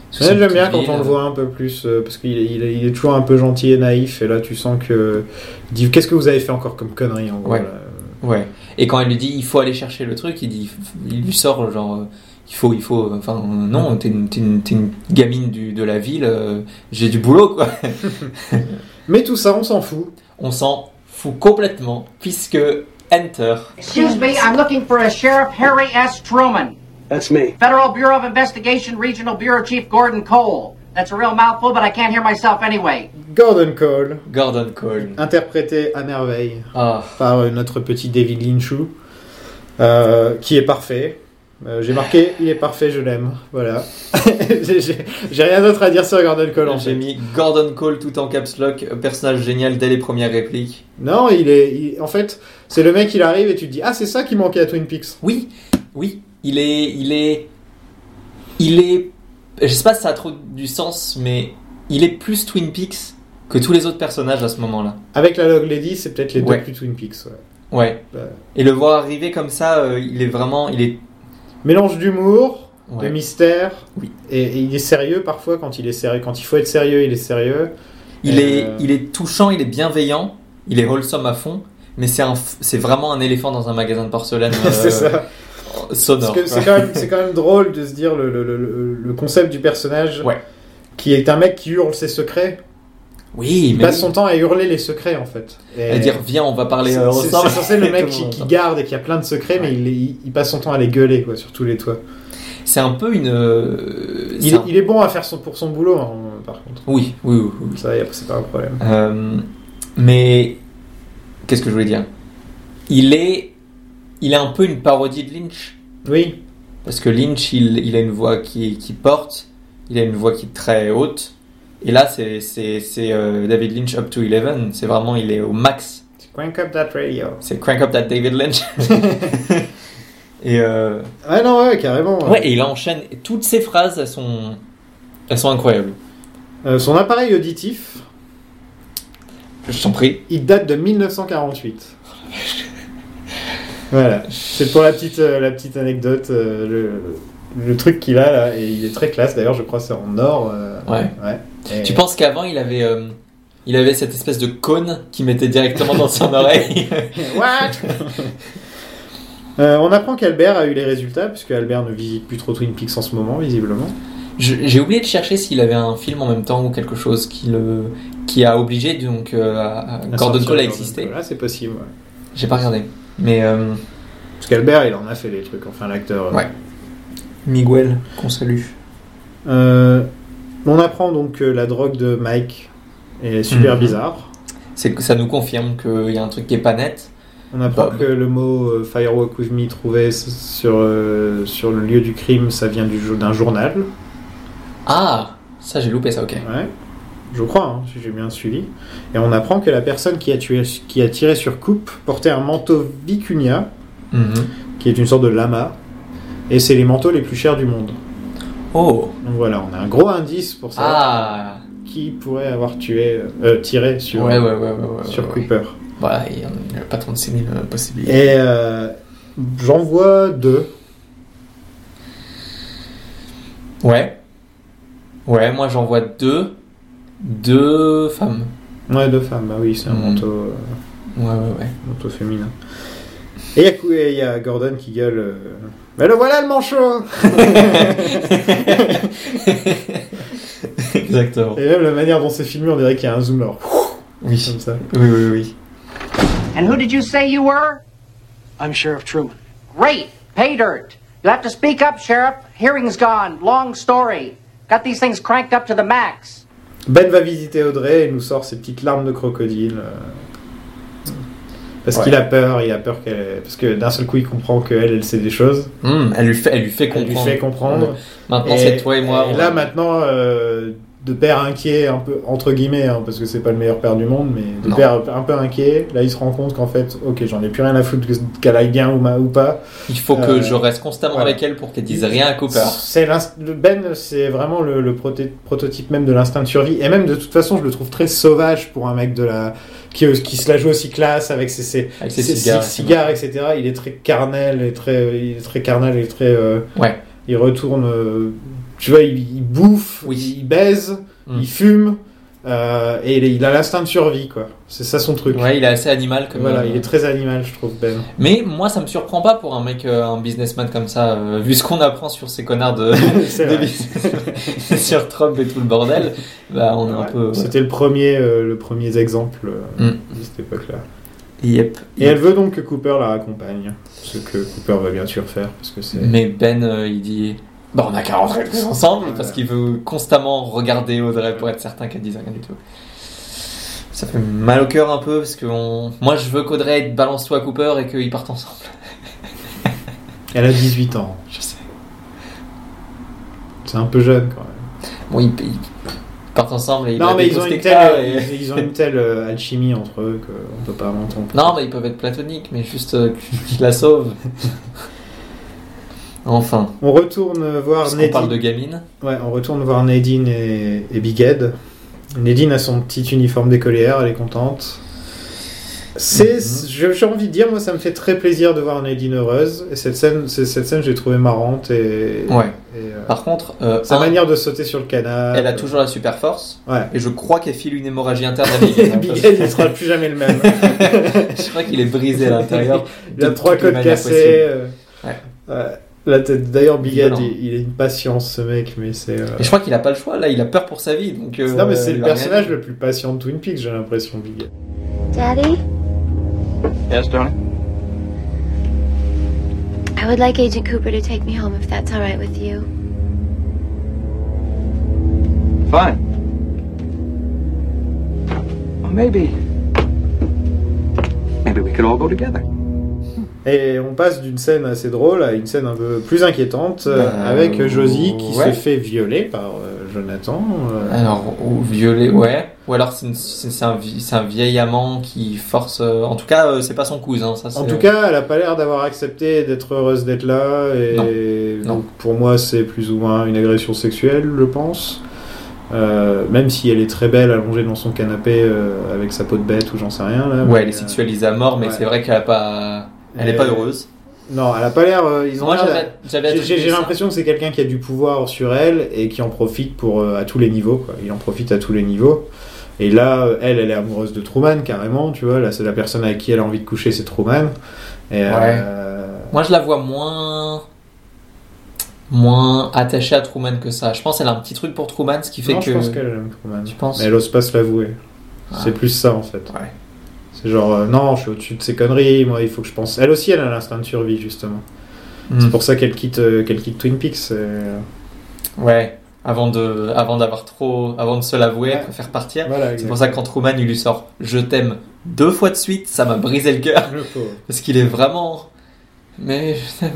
S3: Sous
S2: Ouais,
S3: cette
S2: J'aime bien
S3: petite
S2: quand on
S3: ville,
S2: le voit un peu plus euh, parce qu'il est- il est, il est toujours un peu gentil et naïf et là tu sens que il dit qu'est-ce que vous avez fait encore comme connerie en gros.
S3: Ouais.
S2: là.
S3: euh, Ouais. Et quand elle lui dit il faut aller chercher le truc, il dit il lui sort genre euh, il faut il faut enfin euh, non t'es une, t'es une, t'es une gamine du, de la ville euh, j'ai du boulot quoi.
S2: Mais tout ça on s'en fout.
S3: On s'en fout complètement puisque enter.
S1: Excuse me, I'm looking for a Sheriff Harry S. Truman.
S6: That's me.
S1: Federal Bureau of Investigation Regional Bureau Chief Gordon Cole. That's a real mouthful, but I can't hear myself anyway.
S2: Gordon Cole,
S3: Gordon Cole.
S2: interprété à merveille
S3: Ah
S2: par euh, notre petit David Lynchou, euh, qui est parfait. Euh, j'ai marqué, il est parfait, je l'aime. Voilà. j'ai j'ai- j'ai rien d'autre à dire sur Gordon Cole. en
S3: j'ai
S2: fait.
S3: mis Gordon Cole tout en caps lock personnage génial dès les premières répliques.
S2: Non, il est. il- en fait, c'est le mec, il arrive et tu te dis Ah, c'est ça qui manquait à Twin Peaks.
S3: Oui oui il est il est il est je sais pas si ça a trop du sens mais il est plus Twin Peaks que tous les autres personnages à ce moment là.
S2: Avec la Log Lady, c'est peut-être les
S3: Ouais.
S2: deux plus Twin Peaks. ouais.
S3: Ouais.
S2: Bah.
S3: Et le voir arriver comme ça, euh, il est vraiment, il est.
S2: Mélange d'humour,
S3: Ouais.
S2: de mystère.
S3: Oui.
S2: Et, et il est sérieux parfois quand il est sérieux. Quand il faut être sérieux, il est sérieux.
S3: Il est,
S2: Euh.
S3: il est touchant, il est bienveillant, il est wholesome à fond. Mais c'est un, f- c'est vraiment un éléphant dans un magasin de porcelaine euh,
S2: c'est ça.
S3: sonore.
S2: Parce que c'est
S3: quoi.
S2: quand, même- c'est quand même drôle de se dire le, le- le- le- le concept du personnage
S3: Ouais.
S2: qui est un mec qui hurle ses secrets.
S3: Oui,
S2: Il
S3: mais
S2: passe son temps à hurler les secrets en fait. Et
S3: à dire viens, on va parler
S2: c'est
S3: euh,
S2: c'est-
S3: ensemble.
S2: c'est censé le mec
S3: Tout
S2: qui,
S3: monde
S2: qui
S3: entend.
S2: garde et qui a plein de secrets, mais il, les- il- il passe son temps à les gueuler quoi, sur tous les toits.
S3: C'est un peu une. euh,
S2: Il,
S3: c'est
S2: est-
S3: un-
S2: il est bon à faire son, pour son boulot hein, par contre.
S3: Oui, oui, oui. oui.
S2: Ça, y a- c'est pas un problème.
S3: Euh, mais qu'est-ce que je voulais dire Il est, il est un peu une parodie de Lynch.
S2: Oui,
S3: Parce que Lynch, il, il a une voix qui, qui porte, il a une voix qui est très haute. Et là, c'est c'est- c'est, euh, David Lynch up to 11. C'est vraiment, il est au max.
S2: crank up that radio.
S3: C'est crank up that David Lynch. et, euh,
S2: Ah non, ouais, carrément.
S3: ouais, et il enchaîne. et Toutes ces phrases, elles sont, elles sont incroyables.
S2: Euh, son appareil auditif,
S3: Je t'en prie.
S2: Il date de 1948. voilà. C'est pour la petite, euh, la petite anecdote. euh, le, le truc qu'il a là, et il est très classe d'ailleurs, je crois que c'est en or. euh,
S3: Ouais.
S2: et-
S3: Tu penses qu'avant, il avait. euh, il avait cette espèce de cône qui mettait directement dans son oreille.
S2: What Euh, on apprend qu'Albert a eu les résultats, puisque Albert ne visite plus trop Twin Peaks en ce moment, visiblement.
S3: Je- J'ai oublié de chercher s'il avait un film en même temps ou quelque chose qui le qui a obligé donc euh, à- à Gordon Cole à exister.
S2: Là, c'est possible. ouais.
S3: J'ai pas regardé. Mais euh,
S2: Parce qu'Albert, il en a fait des trucs, enfin l'acteur. euh.
S3: Ouais. Miguel, qu'on salue.
S2: Euh, on apprend donc que la drogue de Mike, Et super
S3: Mhm.
S2: bizarre.
S3: C'est que ça nous confirme qu'il y a un truc qui est pas net.
S2: On apprend
S3: Bah,
S2: que le mot euh, Firewalk With Me trouvé s- sur, euh, sur le lieu du crime, ça vient du jo- d'un journal.
S3: Ah, ça j'ai loupé ça, ok.
S2: Ouais. Je crois, hein, si j'ai bien suivi. Et on apprend que la personne qui a, tué, qui a tiré sur Coupe portait un manteau vicuña,
S3: Mhm.
S2: qui est une sorte de lama. Et c'est les manteaux les plus chers du monde.
S3: Oh,
S2: Donc voilà, on a un gros indice pour savoir
S3: ah,
S2: qui pourrait avoir tué, euh, tiré sur,
S3: ouais, ouais, ouais, ouais, ouais,
S2: sur
S3: ouais, ouais.
S2: Cooper.
S3: Voilà, il y en a pas 36 000 euh, possibilités.
S2: Et euh, j'en vois deux.
S3: Ouais. Ouais, moi j'en vois deux. Deux femmes.
S2: Ouais, deux femmes, bah oui, c'est un
S3: Mhm.
S2: manteau, euh,
S3: Ouais, ouais, ouais.
S2: manteau féminin. Et il y a Cou- et il y, a Gordon qui gueule. euh, Mais le voilà le manchot
S3: Exactement.
S2: Et même la manière dont c'est filmé, on dirait qu'il y a un zoom là,
S3: Oui.
S2: comme ça.
S3: Oui, oui, oui.
S1: And who did you say you were?
S7: I'm Sheriff Truman.
S1: Great. Pay dirt. You'll have to speak up, Sheriff. Hearing's gone. Long story. Got these things cranked up to the max.
S2: Ben va visiter Audrey et nous sort ses petites larmes de crocodile. euh, Parce
S3: Ouais.
S2: qu'il a peur, il a peur qu'elle. Parce que d'un seul coup, il comprend qu'elle, elle sait des choses.
S3: Hum, elle, lui fait, elle lui
S2: Hmm,
S3: fait
S2: Elle
S3: comprendre.
S2: lui fait comprendre.
S3: Maintenant, c'est toi et moi.
S2: et
S3: on-
S2: là, maintenant, euh, de père inquiet, un peu, entre guillemets, hein, parce que c'est pas le meilleur père du monde, mais de
S3: Non.
S2: père un peu inquiet, là, il se rend compte qu'en fait, ok, j'en ai plus rien à foutre que- qu'elle aille bien ou, ma- ou pas.
S3: il faut que
S2: euh,
S3: je reste constamment
S2: voilà.
S3: avec elle pour qu'elle dise rien à Cooper.
S2: C'est l'inst- le Ben, c'est vraiment le, le proté- prototype même de l'instinct de survie. Et même, de toute façon, je le trouve très sauvage pour un mec de la qui, euh, qui se la joue aussi classe avec ses, ses,
S3: Avec ses
S2: ses
S3: cigares.
S2: ci- cigares, etc. Il est très carnel, et très, il est très carnel, et très. euh,
S3: Ouais.
S2: Il retourne. euh, tu vois, il, il bouffe,
S3: Oui.
S2: il baise,
S3: Mm.
S2: il fume, euh, et il, est- il a l'instinct de survie, quoi. C'est ça son truc.
S3: Ouais, il est assez animal comme.
S2: Voilà,
S3: euh,
S2: il est très animal, je trouve, Ben.
S3: Mais moi, ça me surprend pas pour un mec, euh, un businessman comme ça, euh, vu ce qu'on apprend sur ces connards de,
S2: C'est
S3: de
S2: vrai.
S3: business- sur Trump et tout le bordel. Bah, on est un
S2: Ouais.
S3: peu.
S2: C'était le premier, euh, le premier exemple euh,
S3: Mm.
S2: de cette époque-là.
S3: Yep.
S2: Et elle veut donc que Cooper la raccompagne, ce que Cooper va bien sûr faire parce que c'est.
S3: Mais Ben, euh, il dit. Bah, on a qu'à rentrer tous ensemble parce qu'il veut constamment regarder Audrey pour être certain qu'elle dise rien du tout. Ça fait mal au cœur un peu parce que on- moi je veux qu'Audrey balance toi à Cooper et qu'ils partent ensemble.
S2: Elle a 18 ans,
S3: Je sais.
S2: c'est un peu jeune quand même.
S3: Bon, ils, ils partent ensemble et ils
S2: non
S3: la
S2: mais ils ont, une
S3: détestent
S2: telle,
S3: et-
S2: ils, ils ont une telle euh, alchimie entre eux qu'on peut pas mentir.
S3: Non, mais ils peuvent être platoniques, mais juste euh, qu'il la sauve. Enfin,
S2: On retourne voir
S3: on
S2: Neddy.
S3: parle de gamine.
S2: Ouais, on retourne voir Nadine et, et Big Ed. Nadine a son petit uniforme d'écolière, elle est contente. C'est,
S3: Mhm.
S2: je- j'ai envie de dire, moi, ça me fait très plaisir de voir Nadine heureuse. Et cette scène, c'est- cette scène, j'ai trouvé marrante et,
S3: Ouais.
S2: et, euh,
S3: Par contre, euh,
S2: sa
S3: un,
S2: manière de sauter sur le canal.
S3: elle a toujours la super force,
S2: Ouais.
S3: et je crois qu'elle file une hémorragie interne à Big Ed, hein,
S2: Big Ed, il sera plus jamais le même.
S3: Je crois qu'il est brisé à l'intérieur.
S2: Il a
S3: de
S2: trois
S3: toutes les
S2: codes
S3: manières
S2: cassés.
S3: possibles.
S2: euh,
S3: Ouais.
S2: ouais. Là, t'as- D'ailleurs, Big Ed,
S3: Violent.
S2: il, il a une patience, ce mec, mais c'est. euh,
S3: Et je crois qu'il a pas le choix, là, il a peur pour sa vie. Donc, euh,
S2: Non, mais c'est
S3: il
S2: le
S3: va rien
S2: personnage
S3: dire.
S2: le plus patient de Twin Peaks, j'ai l'impression, Big Ed.
S8: Daddy,
S7: Yes, darling?
S8: I would like Agent Cooper to take me home if that's all right with you.
S7: Fine. Well, maybe. Maybe we could all go together.
S2: Et on passe d'une scène assez drôle à une scène un peu plus inquiétante euh,
S3: Bah,
S2: avec Josie qui
S3: ouais.
S2: se fait violer par euh, Jonathan. euh,
S3: Alors, ou violet, ouais. Ou alors, c'est une- c'est c'est un, vie- c'est un vieil amant qui force. euh, en tout cas, euh, c'est pas son cousin, ça.
S2: en
S3: c'est-
S2: tout cas, elle a pas l'air d'avoir accepté d'être heureuse d'être là. Et
S3: Non.
S2: donc, pour moi, c'est plus ou moins une agression sexuelle, je pense. Euh, même si elle est très belle allongée dans son canapé euh, avec sa peau de bête ou j'en sais rien. Là,
S3: Ouais,
S2: mais,
S3: elle est
S2: euh,
S3: sexualisée à mort, mais
S2: ouais.
S3: c'est vrai qu'elle a pas. Elle est
S2: Et-
S3: pas heureuse.
S2: Non, elle a pas l'air. euh, ils ont
S3: Moi,
S2: l'air d'a-
S3: j'avais- j'avais
S2: J'ai- J'ai j'ai
S3: attribué ça.
S2: l'impression que c'est quelqu'un qui a du pouvoir sur elle et qui en profite pour euh, à tous les niveaux. Quoi. Il en profite à tous les niveaux. Et là, euh, elle, elle est amoureuse de Truman carrément. Tu vois, là, c'est la personne avec qui elle a envie de coucher, c'est Truman. Et, euh,
S3: Moi, je la vois moins. moins attachée à Truman que ça. Je pense qu'elle a un petit truc pour Truman, ce qui fait
S2: non,
S3: que.
S2: je pense qu'elle aime Truman.
S3: Tu penses
S2: Mais elle ose pas se l'avouer.
S3: Ah.
S2: C'est plus ça en fait.
S3: Ouais.
S2: C'est genre euh, non, je suis au-dessus de ces conneries. Moi, il faut que je pense. Elle aussi, elle a l'instinct de survie justement.
S3: Hmm.
S2: C'est pour ça qu'elle quitte, euh, qu'elle quitte Twin Peaks. euh,
S3: Ouais. avant de, avant d'avoir trop, avant de se l'avouer,
S2: Ouais.
S3: elle préfère partir.
S2: Voilà,
S3: C'est pour ça que quand Truman il lui sort Je t'aime deux fois de suite, ça m'a brisé le cœur.
S2: exactement. Le pauvre.
S3: Parce qu'il est vraiment. Mais je t'aime.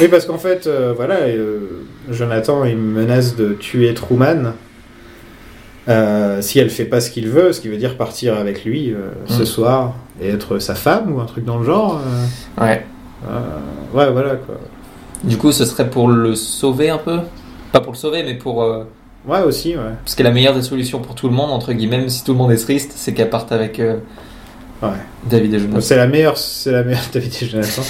S2: Oui, parce qu'en fait, euh, voilà, euh, Jonathan, il menace de tuer Truman euh, si elle fait pas ce qu'il veut, ce qui veut dire partir avec lui euh, ce
S3: Mm.
S2: soir et être sa femme ou un truc dans le genre. euh,
S3: Ouais.
S2: euh, ouais, voilà quoi.
S3: Du coup, ce serait pour le sauver un peu Pas pour le sauver, mais pour. euh,
S2: Ouais, aussi, ouais.
S3: Parce que la meilleure des solutions pour tout le monde, entre guillemets, même si tout le monde est triste, c'est qu'elle parte avec euh,
S2: Ouais.
S3: David et Jonathan.
S2: C'est la meilleure, c'est la meilleure, t'avais dit, Jonathan.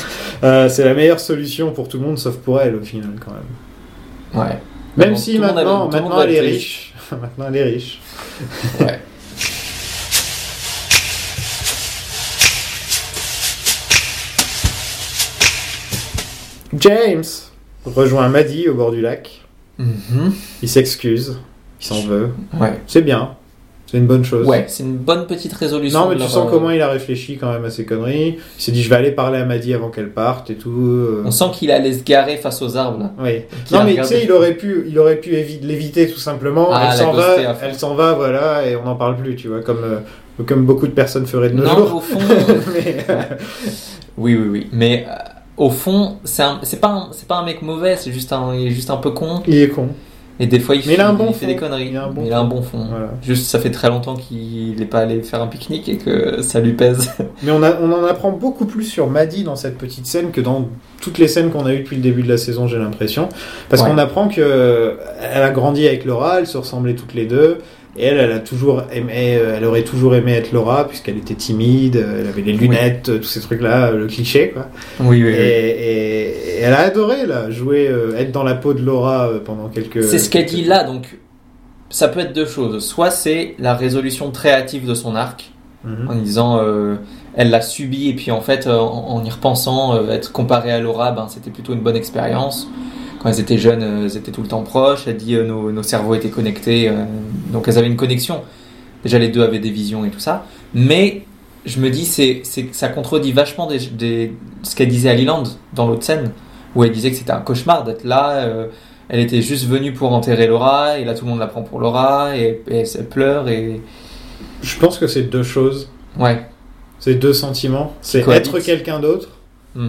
S2: Euh, c'est la meilleure solution pour tout le monde sauf pour elle au final quand même.
S3: Ouais.
S2: Même
S3: Bon,
S2: si
S3: tout le monde
S2: maintenant,
S3: avait- tout le
S2: maintenant
S3: monde
S2: elle est
S3: avait été
S2: riche. maintenant elle est riche.
S3: Ouais.
S2: James rejoint Maddy au bord du lac.
S3: Mhm.
S2: Il s'excuse, il s'en veut.
S3: Ouais.
S2: C'est bien, c'est une bonne chose.
S3: Ouais, c'est une bonne petite résolution.
S2: Non, mais
S3: de
S2: tu
S3: leur,
S2: sens
S3: euh,
S2: comment il a réfléchi quand même à ses conneries. Il s'est dit, je vais aller parler à Maddy avant qu'elle parte et tout. euh.
S3: On sent qu'il allait se garer face aux arbres. là.
S2: Oui.
S3: Qu'il
S2: Non
S3: a
S2: mais tu
S3: regardé.
S2: sais, il aurait pu, il aurait pu évi- l'éviter tout simplement.
S3: Ah,
S2: elle
S3: la
S2: s'en va,
S3: ghoster à fond.
S2: elle s'en va, voilà, et on n'en parle plus, tu vois, comme euh, comme beaucoup de personnes feraient de nos
S3: Non, au
S2: jours.
S3: fond. euh,
S2: Mais, euh,
S3: Oui, oui, oui. Mais euh, au fond, c'est un- c'est pas, un- c'est pas un mec mauvais, c'est juste un, il est juste un peu con.
S2: il est con.
S3: Et des fois, il,
S2: Mais il
S3: fait,
S2: a un bon
S3: fait
S2: fond.
S3: des conneries.
S2: Il a un bon
S3: Mais il a un bon fond.
S2: Voilà.
S3: Juste, ça fait très longtemps qu'il n'est pas allé faire un pique-nique et que ça lui pèse.
S2: Mais on, a, on en apprend beaucoup plus sur Maddy dans cette petite scène que dans toutes les scènes qu'on a eues depuis le début de la saison, j'ai l'impression. Parce
S3: Ouais.
S2: qu'on apprend que euh, elle a grandi avec Laura, elles se ressemblaient toutes les deux. Et elle, elle a toujours aimé, euh, elle aurait toujours aimé être Laura puisqu'elle était timide, euh, elle avait les lunettes, euh, tous ces trucs-là, euh, le cliché quoi.
S3: Oui, oui,
S2: Et, et- et elle a adoré là, jouer, euh, être dans la peau de Laura euh, pendant quelques.
S3: C'est ce qu'elle dit
S2: quelques-
S3: là, donc ça peut être deux choses. Soit c'est la résolution très hâtive de son arc,
S2: Mhm.
S3: en disant euh, elle l'a subi, et puis en fait, euh, en, en y repensant, euh, être comparée à Laura, ben, c'était plutôt une bonne expérience. Quand elles étaient jeunes, euh, elles étaient tout le temps proches, elle dit euh, nos, nos cerveaux étaient connectés, euh, donc elles avaient une connexion. Déjà, les deux avaient des visions et tout ça. Mais je me dis, c'est, c'est, ça contredit vachement des, des- ce qu'elle disait à Leland dans l'autre scène, où elle disait que c'était un cauchemar d'être là. euh, elle était juste venue pour enterrer Laura, et là tout le monde la prend pour Laura, et, et elle, elle pleure, et.
S2: Je pense que c'est deux choses,
S3: Ouais,
S2: c'est deux sentiments. C'est
S3: cohabitent.
S2: être quelqu'un d'autre.
S3: Mm.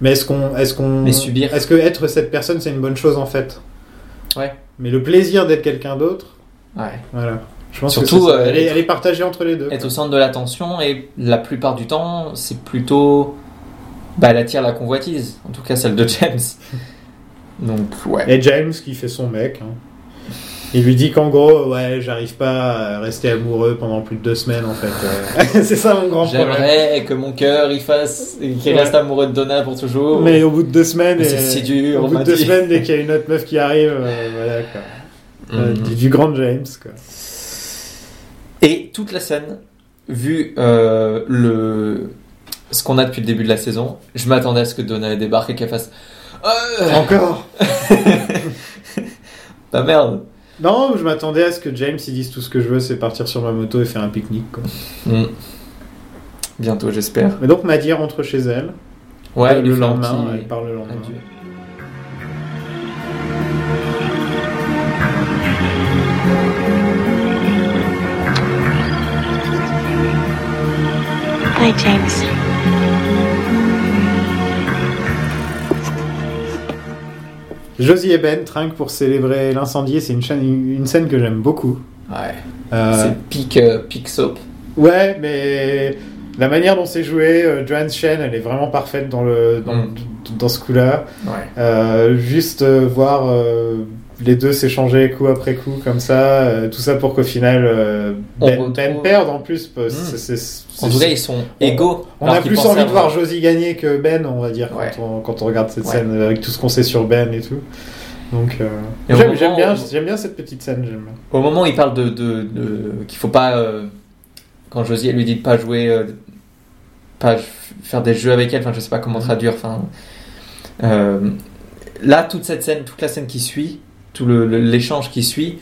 S2: Mais est-ce qu'on, est-ce qu'on,
S3: Mais subir.
S2: est-ce que être cette personne c'est une bonne chose en fait
S3: Ouais.
S2: Mais le plaisir d'être quelqu'un d'autre,
S3: ouais.
S2: voilà. Je pense
S3: Surtout,
S2: que c'est ça.
S3: euh,
S2: elle, est,
S3: être-
S2: elle est partagée entre les deux.
S3: Être au centre de l'attention, et la plupart du temps, c'est plutôt. Bah, elle attire la convoitise, en tout cas celle de James. Donc, ouais.
S2: Et James qui fait son mec. hein. Il lui dit qu'en gros, ouais, j'arrive pas à rester amoureux pendant plus de deux semaines en fait. Euh, c'est ça mon grand problème.
S3: J'aimerais que mon cœur il fasse. et qu'il
S2: Ouais.
S3: reste amoureux de Donna pour toujours.
S2: Mais au bout de deux semaines,
S3: Mais c'est
S2: et-
S3: si dur,
S2: au
S3: on
S2: bout de
S3: m'a
S2: deux
S3: dit.
S2: semaines, dès qu'il y a une autre meuf qui arrive, euh, voilà quoi. Euh,
S3: Mhm.
S2: du, du grand James quoi.
S3: Et toute la scène, vu euh, le ce qu'on a depuis le début de la saison, je m'attendais à ce que Donna débarque et qu'elle fasse. Euh,
S2: Encore.
S3: bah merde.
S2: Non, je m'attendais à ce que James il dise tout ce que je veux, c'est partir sur ma moto et faire un pique-nique. quoi.
S3: Hmm. Bientôt, j'espère.
S2: Mais donc Maddy rentre chez elle. Euh,
S3: Ouais,
S2: le
S3: les flancs
S2: lendemain,
S3: qui-
S2: elle part le lendemain.
S3: Adieu.
S8: Night, James.
S2: Josie et Ben trinquent pour célébrer l'incendie. C'est une, chaîne- une scène que j'aime beaucoup.
S3: Ouais.
S2: Euh,
S3: C'est pic, euh, pic soap.
S2: ouais, mais la manière dont c'est joué, euh, Joanne Shen, elle est vraiment parfaite dans le dans,
S3: Mm.
S2: dans ce coup-là.
S3: Ouais.
S2: Euh, juste euh, voir euh, les deux s'échanger coup après coup comme ça, euh, tout ça pour qu'au final euh,
S3: On
S2: Ben,
S3: retrouve-
S2: Ben perde en plus. parce que
S3: Mm.
S2: c'est- c'est-
S3: En tout cas, ils sont égaux.
S2: On
S3: alors
S2: a
S3: qu'ils
S2: plus
S3: pensaient
S2: envie de
S3: avoir-
S2: voir Josie gagner que Ben, on va dire,
S3: Ouais.
S2: quand, on, quand on regarde cette
S3: Ouais.
S2: scène, avec tout ce qu'on sait sur Ben et tout. Donc, euh,
S3: Et au
S2: j'aime
S3: moment
S2: j'aime bien,
S3: où-
S2: j'aime bien cette petite scène. j'aime bien.
S3: Au moment où il parle de, de, de- qu'il faut pas euh, quand Josie elle lui dit de pas jouer, euh, pas f- faire des jeux avec elle. Enfin, je sais pas
S2: Mm.
S3: comment traduire. Enfin, euh, là toute cette scène, toute la scène qui suit, tout le- le- l'échange qui suit,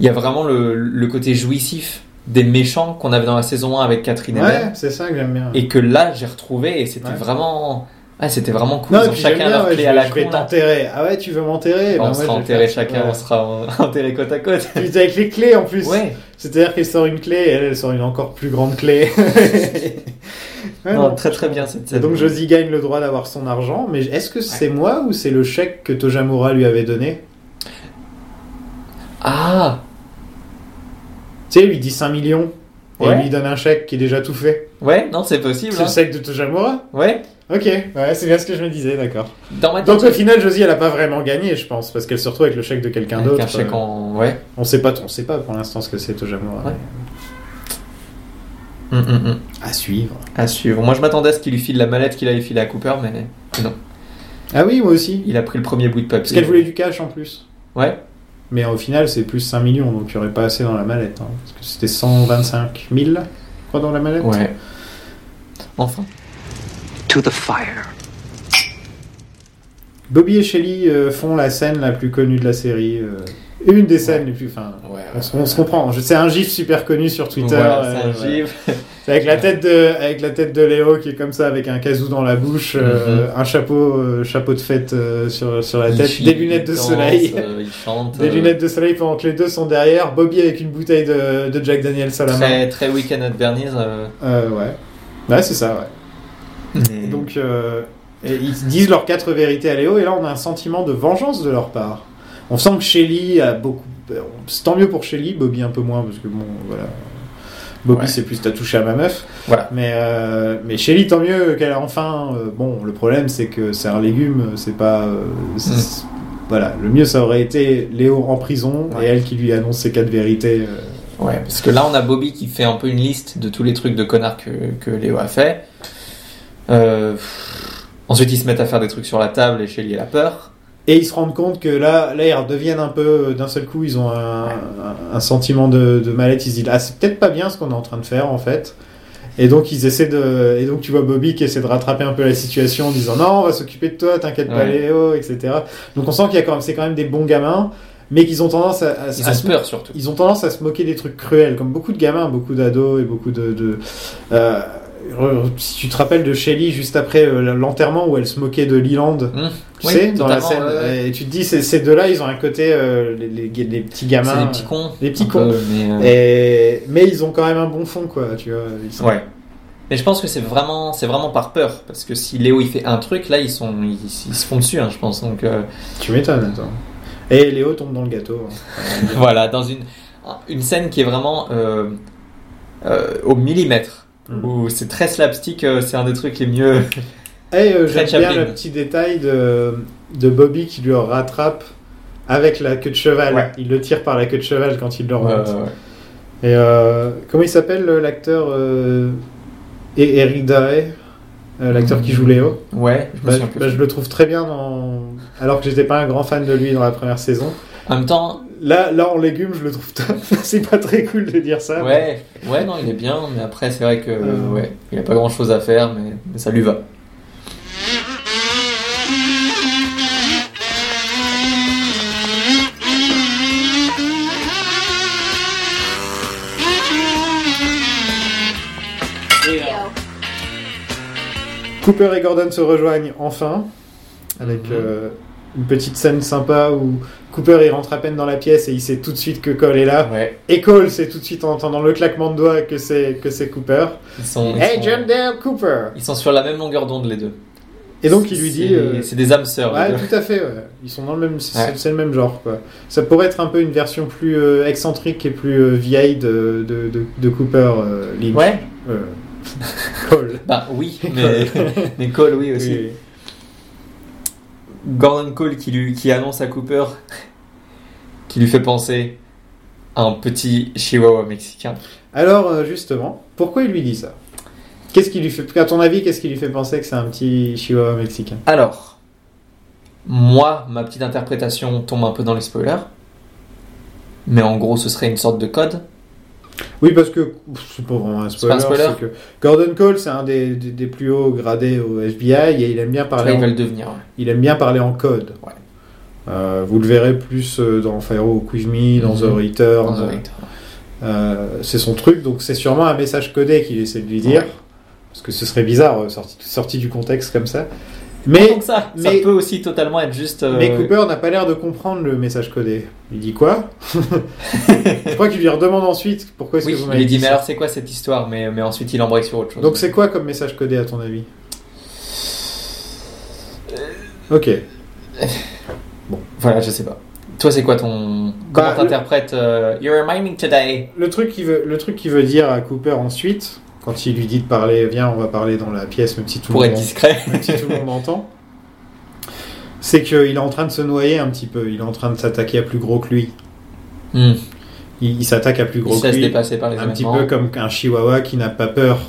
S3: il y a vraiment le, le côté jouissif des méchants qu'on avait dans la saison 1 avec Catherine et Ben,
S2: Ouais, c'est ça que j'aime bien.
S3: et que là j'ai retrouvé et c'était
S2: Ouais.
S3: vraiment Ah, c'était vraiment cool.
S2: Non,
S3: Ils
S2: et
S3: ont
S2: puis j'aime
S3: chacun
S2: bien,
S3: leur
S2: ouais,
S3: clé
S2: je,
S3: à
S2: vais-
S3: la
S2: je vais
S3: con, là.
S2: t'enterrer. Ah ouais, tu veux m'enterrer
S3: on
S2: Ben ouais,
S3: sera
S2: je vais
S3: enterrés
S2: faire ça,
S3: chacun,
S2: ouais.
S3: on sera en- enterrés côte à côte.
S2: Puis t'es avec les clés en plus.
S3: Ouais,
S2: C'est-à-dire qu'il sort une clé et elle, elle sort une encore plus grande clé. Ouais,
S3: non,
S2: Ah non.
S3: très très bien cette scène.
S2: Donc Josie gagne le droit d'avoir son argent, mais est-ce que c'est moi ou c'est le chèque que Tojamura lui avait donné
S3: Ah,
S2: Tu sais, il lui dit 5 millions et
S3: Ouais.
S2: il lui donne un chèque qui est déjà tout fait.
S3: ouais, non, c'est possible.
S2: C'est le
S3: hein.
S2: chèque de Tojamura
S3: Ouais,
S2: Ok, ouais, c'est bien ce que je me disais, d'accord.
S3: dans ma tête.
S2: Donc au final, Josie, elle a pas vraiment gagné, je pense, parce qu'elle se retrouve avec le chèque de quelqu'un
S3: Avec
S2: d'autre.
S3: un chèque
S2: Euh,
S3: en. Ouais.
S2: On sait pas, on sait pas pour l'instant ce que c'est Tojamura.
S3: Ouais. Hum, hum, hum.
S2: À suivre.
S3: À suivre. Moi, je m'attendais à ce qu'il lui file la mallette qu'il avait filée à Cooper, mais
S2: Ah oui, moi aussi.
S3: il a pris le premier bout de papier.
S2: Parce qu'elle voulait du cash en plus.
S3: Ouais.
S2: Mais au final, c'est plus 5 millions, donc il n'y aurait pas assez dans la mallette. hein, parce que c'était 125 000, je crois, dans la mallette.
S3: Ouais. Enfin.
S7: To the fire.
S2: Bobby et Shelly euh, font la scène la plus connue de la série. euh, et une des scènes les plus. Enfin,
S3: Ouais.
S2: on, se- on se comprend. Je- C'est un gif super connu sur Twitter.
S3: Voilà,
S2: euh,
S3: c'est un
S2: voilà.
S3: gif.
S2: C'est avec la tête de, avec la tête de Léo qui est comme ça, avec un casou dans la bouche,
S3: Mhm.
S2: euh, un chapeau, euh, chapeau de fête euh, sur, sur la
S3: Il
S2: tête,
S3: chie,
S2: des lunettes de
S3: il danse,
S2: soleil.
S3: euh, il chante.
S2: Des
S3: euh,
S2: lunettes de soleil pendant que les deux sont derrière. Bobby avec une bouteille de, de Jack Daniels à la main.
S3: Très, très Weekend at Bernie's. euh,
S2: Euh, ouais. Ouais, c'est ça, ouais.
S3: mais-
S2: Donc, euh, et ils disent leurs quatre vérités à Léo, et là, on a un sentiment de vengeance de leur part. On sent que Shelly a beaucoup. C'est tant mieux pour Shelly, Bobby un peu moins, parce que bon, voilà. Bobby,
S3: Ouais.
S2: c'est plus t'as touché à ma meuf.
S3: Voilà.
S2: Mais, euh, mais Shelly, tant mieux qu'elle a enfin. euh, bon, le problème, c'est que c'est un légume, c'est pas. euh, c'est-
S3: Mm.
S2: Voilà, le mieux, ça aurait été Léo en prison,
S3: Ouais.
S2: et elle qui lui annonce ses quatre vérités. euh,
S3: Ouais, parce que là, on a Bobby qui fait un peu une liste de tous les trucs de connard que, que Léo a fait. Euh, pff, Ensuite, ils se mettent à faire des trucs sur la table et Shelly elle a peur.
S2: Et ils se rendent compte que là, là ils redeviennent un peu, euh, d'un seul coup, ils ont un, un- un sentiment de, de mal-être. Ils se disent, ah, c'est peut-être pas bien ce qu'on est en train de faire, en fait. Et donc, ils essaient de. Et donc, tu vois Bobby qui essaie de rattraper un peu la situation en disant, non, on va s'occuper de toi, t'inquiète pas,
S3: Ouais.
S2: Léo, etc. Donc, on sent qu'il y a quand même, c'est quand même des bons gamins, mais qu'ils ont tendance à, à-
S3: Ils
S2: à
S3: ont
S2: se
S3: peur surtout.
S2: ils ont tendance à se moquer des trucs cruels, comme beaucoup de gamins, beaucoup d'ados et beaucoup de. de- euh, re- si tu te rappelles de Shelly juste après euh, l'enterrement où elle se moquait de Leland,
S3: Mmh.
S2: tu
S3: Oui,
S2: sais, dans la scène,
S3: totalement, ouais, ouais.
S2: et tu te dis, ces, ces deux-là, ils ont un côté, euh, les, les- les petits gamins.
S3: C'est des petits cons.
S2: des petits
S3: un
S2: cons.
S3: peu, mais, euh,
S2: Et, mais ils ont quand même un bon fond, quoi, tu vois. ils sont-
S3: Ouais. Mais je pense que c'est vraiment, c'est vraiment par peur. Parce que si Léo il fait un truc, là, ils, sont, ils, ils se font dessus, hein, je pense. Donc euh,
S2: Tu m'étonnes, attends. Et Léo tombe dans le gâteau. hein.
S3: voilà, dans une, une scène qui est vraiment euh, euh, au millimètre.
S2: Mm.
S3: Où c'est très slapstick, euh, c'est un des trucs les mieux.
S2: Et euh,
S3: Fred
S2: j'aime bien
S3: Chaplin.
S2: le petit détail de, de Bobby qui le rattrape avec la queue de cheval.
S3: Ouais.
S2: Il le tire par la queue de cheval quand il le remonte.
S3: Euh,
S2: Et euh, comment il s'appelle euh, l'acteur euh, E- Eric Dae, euh, l'acteur qui joue Léo
S3: ouais, je me
S2: Bah,
S3: souviens plus.
S2: bah, Je le trouve très bien dans... alors que j'étais pas un grand fan de lui dans la première saison.
S3: En même temps,
S2: Là, là en légumes, je le trouve top. C'est pas très cool de dire ça.
S3: ouais, ouais, non, il est bien, mais après, c'est vrai que, euh,
S2: Euh.
S3: ouais, il a pas grand chose à faire, mais, mais ça lui va.
S2: Cooper et Gordon se rejoignent enfin avec
S3: Mhm.
S2: euh, une petite scène sympa où Cooper il rentre à peine dans la pièce et il sait tout de suite que Cole est là.
S3: Ouais,
S2: Et Cole sait tout de suite en entendant le claquement de doigts que c'est que c'est Cooper.
S3: ils sont, ils,
S2: Hey
S3: sont,
S2: John Dale Cooper.
S3: ils sont sur la même longueur d'onde, les deux.
S2: Et donc il lui
S3: C'est-
S2: dit. euh,
S3: C'est des âmes sœurs, les
S2: Ouais,
S3: deux.
S2: tout à fait. ouais. Ils sont dans le même, c'est
S3: Ah, Ouais.
S2: c'est le même genre. Quoi. Ça pourrait être un peu une version plus euh, excentrique et plus euh, vieille de, de, de, de Cooper euh, Lynch.
S3: Ouais,
S2: Euh, Cole.
S3: bah oui, mais, mais Cole, oui aussi.
S2: Oui.
S3: Gordon Cole qui, lui, qui annonce à Cooper, qui lui fait penser à un petit chihuahua mexicain.
S2: Alors euh, justement, pourquoi il lui dit ça Qu'est-ce qui lui fait, à ton avis, qu'est-ce qui lui fait penser que c'est un petit chihuahua mexicain
S3: Alors, moi, ma petite interprétation tombe un peu dans les spoilers. Mais en gros, ce serait une sorte de code.
S2: Oui, parce que pff, c'est pas vraiment un spoiler.
S3: pas un spoiler
S2: c'est que Gordon Cole, c'est un des, des, des plus hauts gradés au FBI et il aime bien parler.
S3: Là, ils
S2: en-
S3: veulent devenir. ouais.
S2: Il aime bien parler en code.
S3: Ouais.
S2: Euh, vous le verrez plus euh, dans Pharaoh Quiz Me, dans
S3: Mhm.
S2: The Return.
S3: Dans The Return.
S2: Euh, c'est son truc, donc c'est sûrement un message codé qu'il essaie de lui dire.
S3: Ouais.
S2: Parce que ce serait bizarre, euh, sorti, sorti du contexte comme ça.
S3: Pas
S2: Mais,
S3: tant que ça. ça
S2: mais-
S3: peut aussi totalement être juste. euh,
S2: mais Cooper n'a pas l'air de comprendre le message codé. Il dit quoi Je crois qu'il lui redemande ensuite pourquoi est-ce
S3: oui,
S2: que vous
S3: il
S2: m'avez
S3: lui dit,
S2: dit
S3: mais
S2: ça
S3: alors c'est quoi cette histoire mais, mais ensuite il embraye sur autre chose.
S2: Donc c'est quoi comme message codé à ton avis Ok.
S3: Voilà, je sais pas. Toi, c'est quoi ton.
S2: Bah,
S3: Comment t'interprètes euh, You remind me today
S2: Le truc qui veut, le truc qui veut dire à Cooper ensuite, quand il lui dit de parler, viens, on va parler dans la pièce, même si tout,
S3: Pour
S2: le,
S3: être
S2: monde,
S3: discret.
S2: même si tout le monde entend, c'est qu'il est en train de se noyer un petit peu. Il est en train de s'attaquer à plus gros que lui.
S3: Hmm.
S2: Il, il s'attaque à plus gros
S3: Il se
S2: que
S3: laisse
S2: lui.
S3: dépasser par les
S2: Un petit
S3: événements.
S2: peu comme un chihuahua qui n'a pas peur.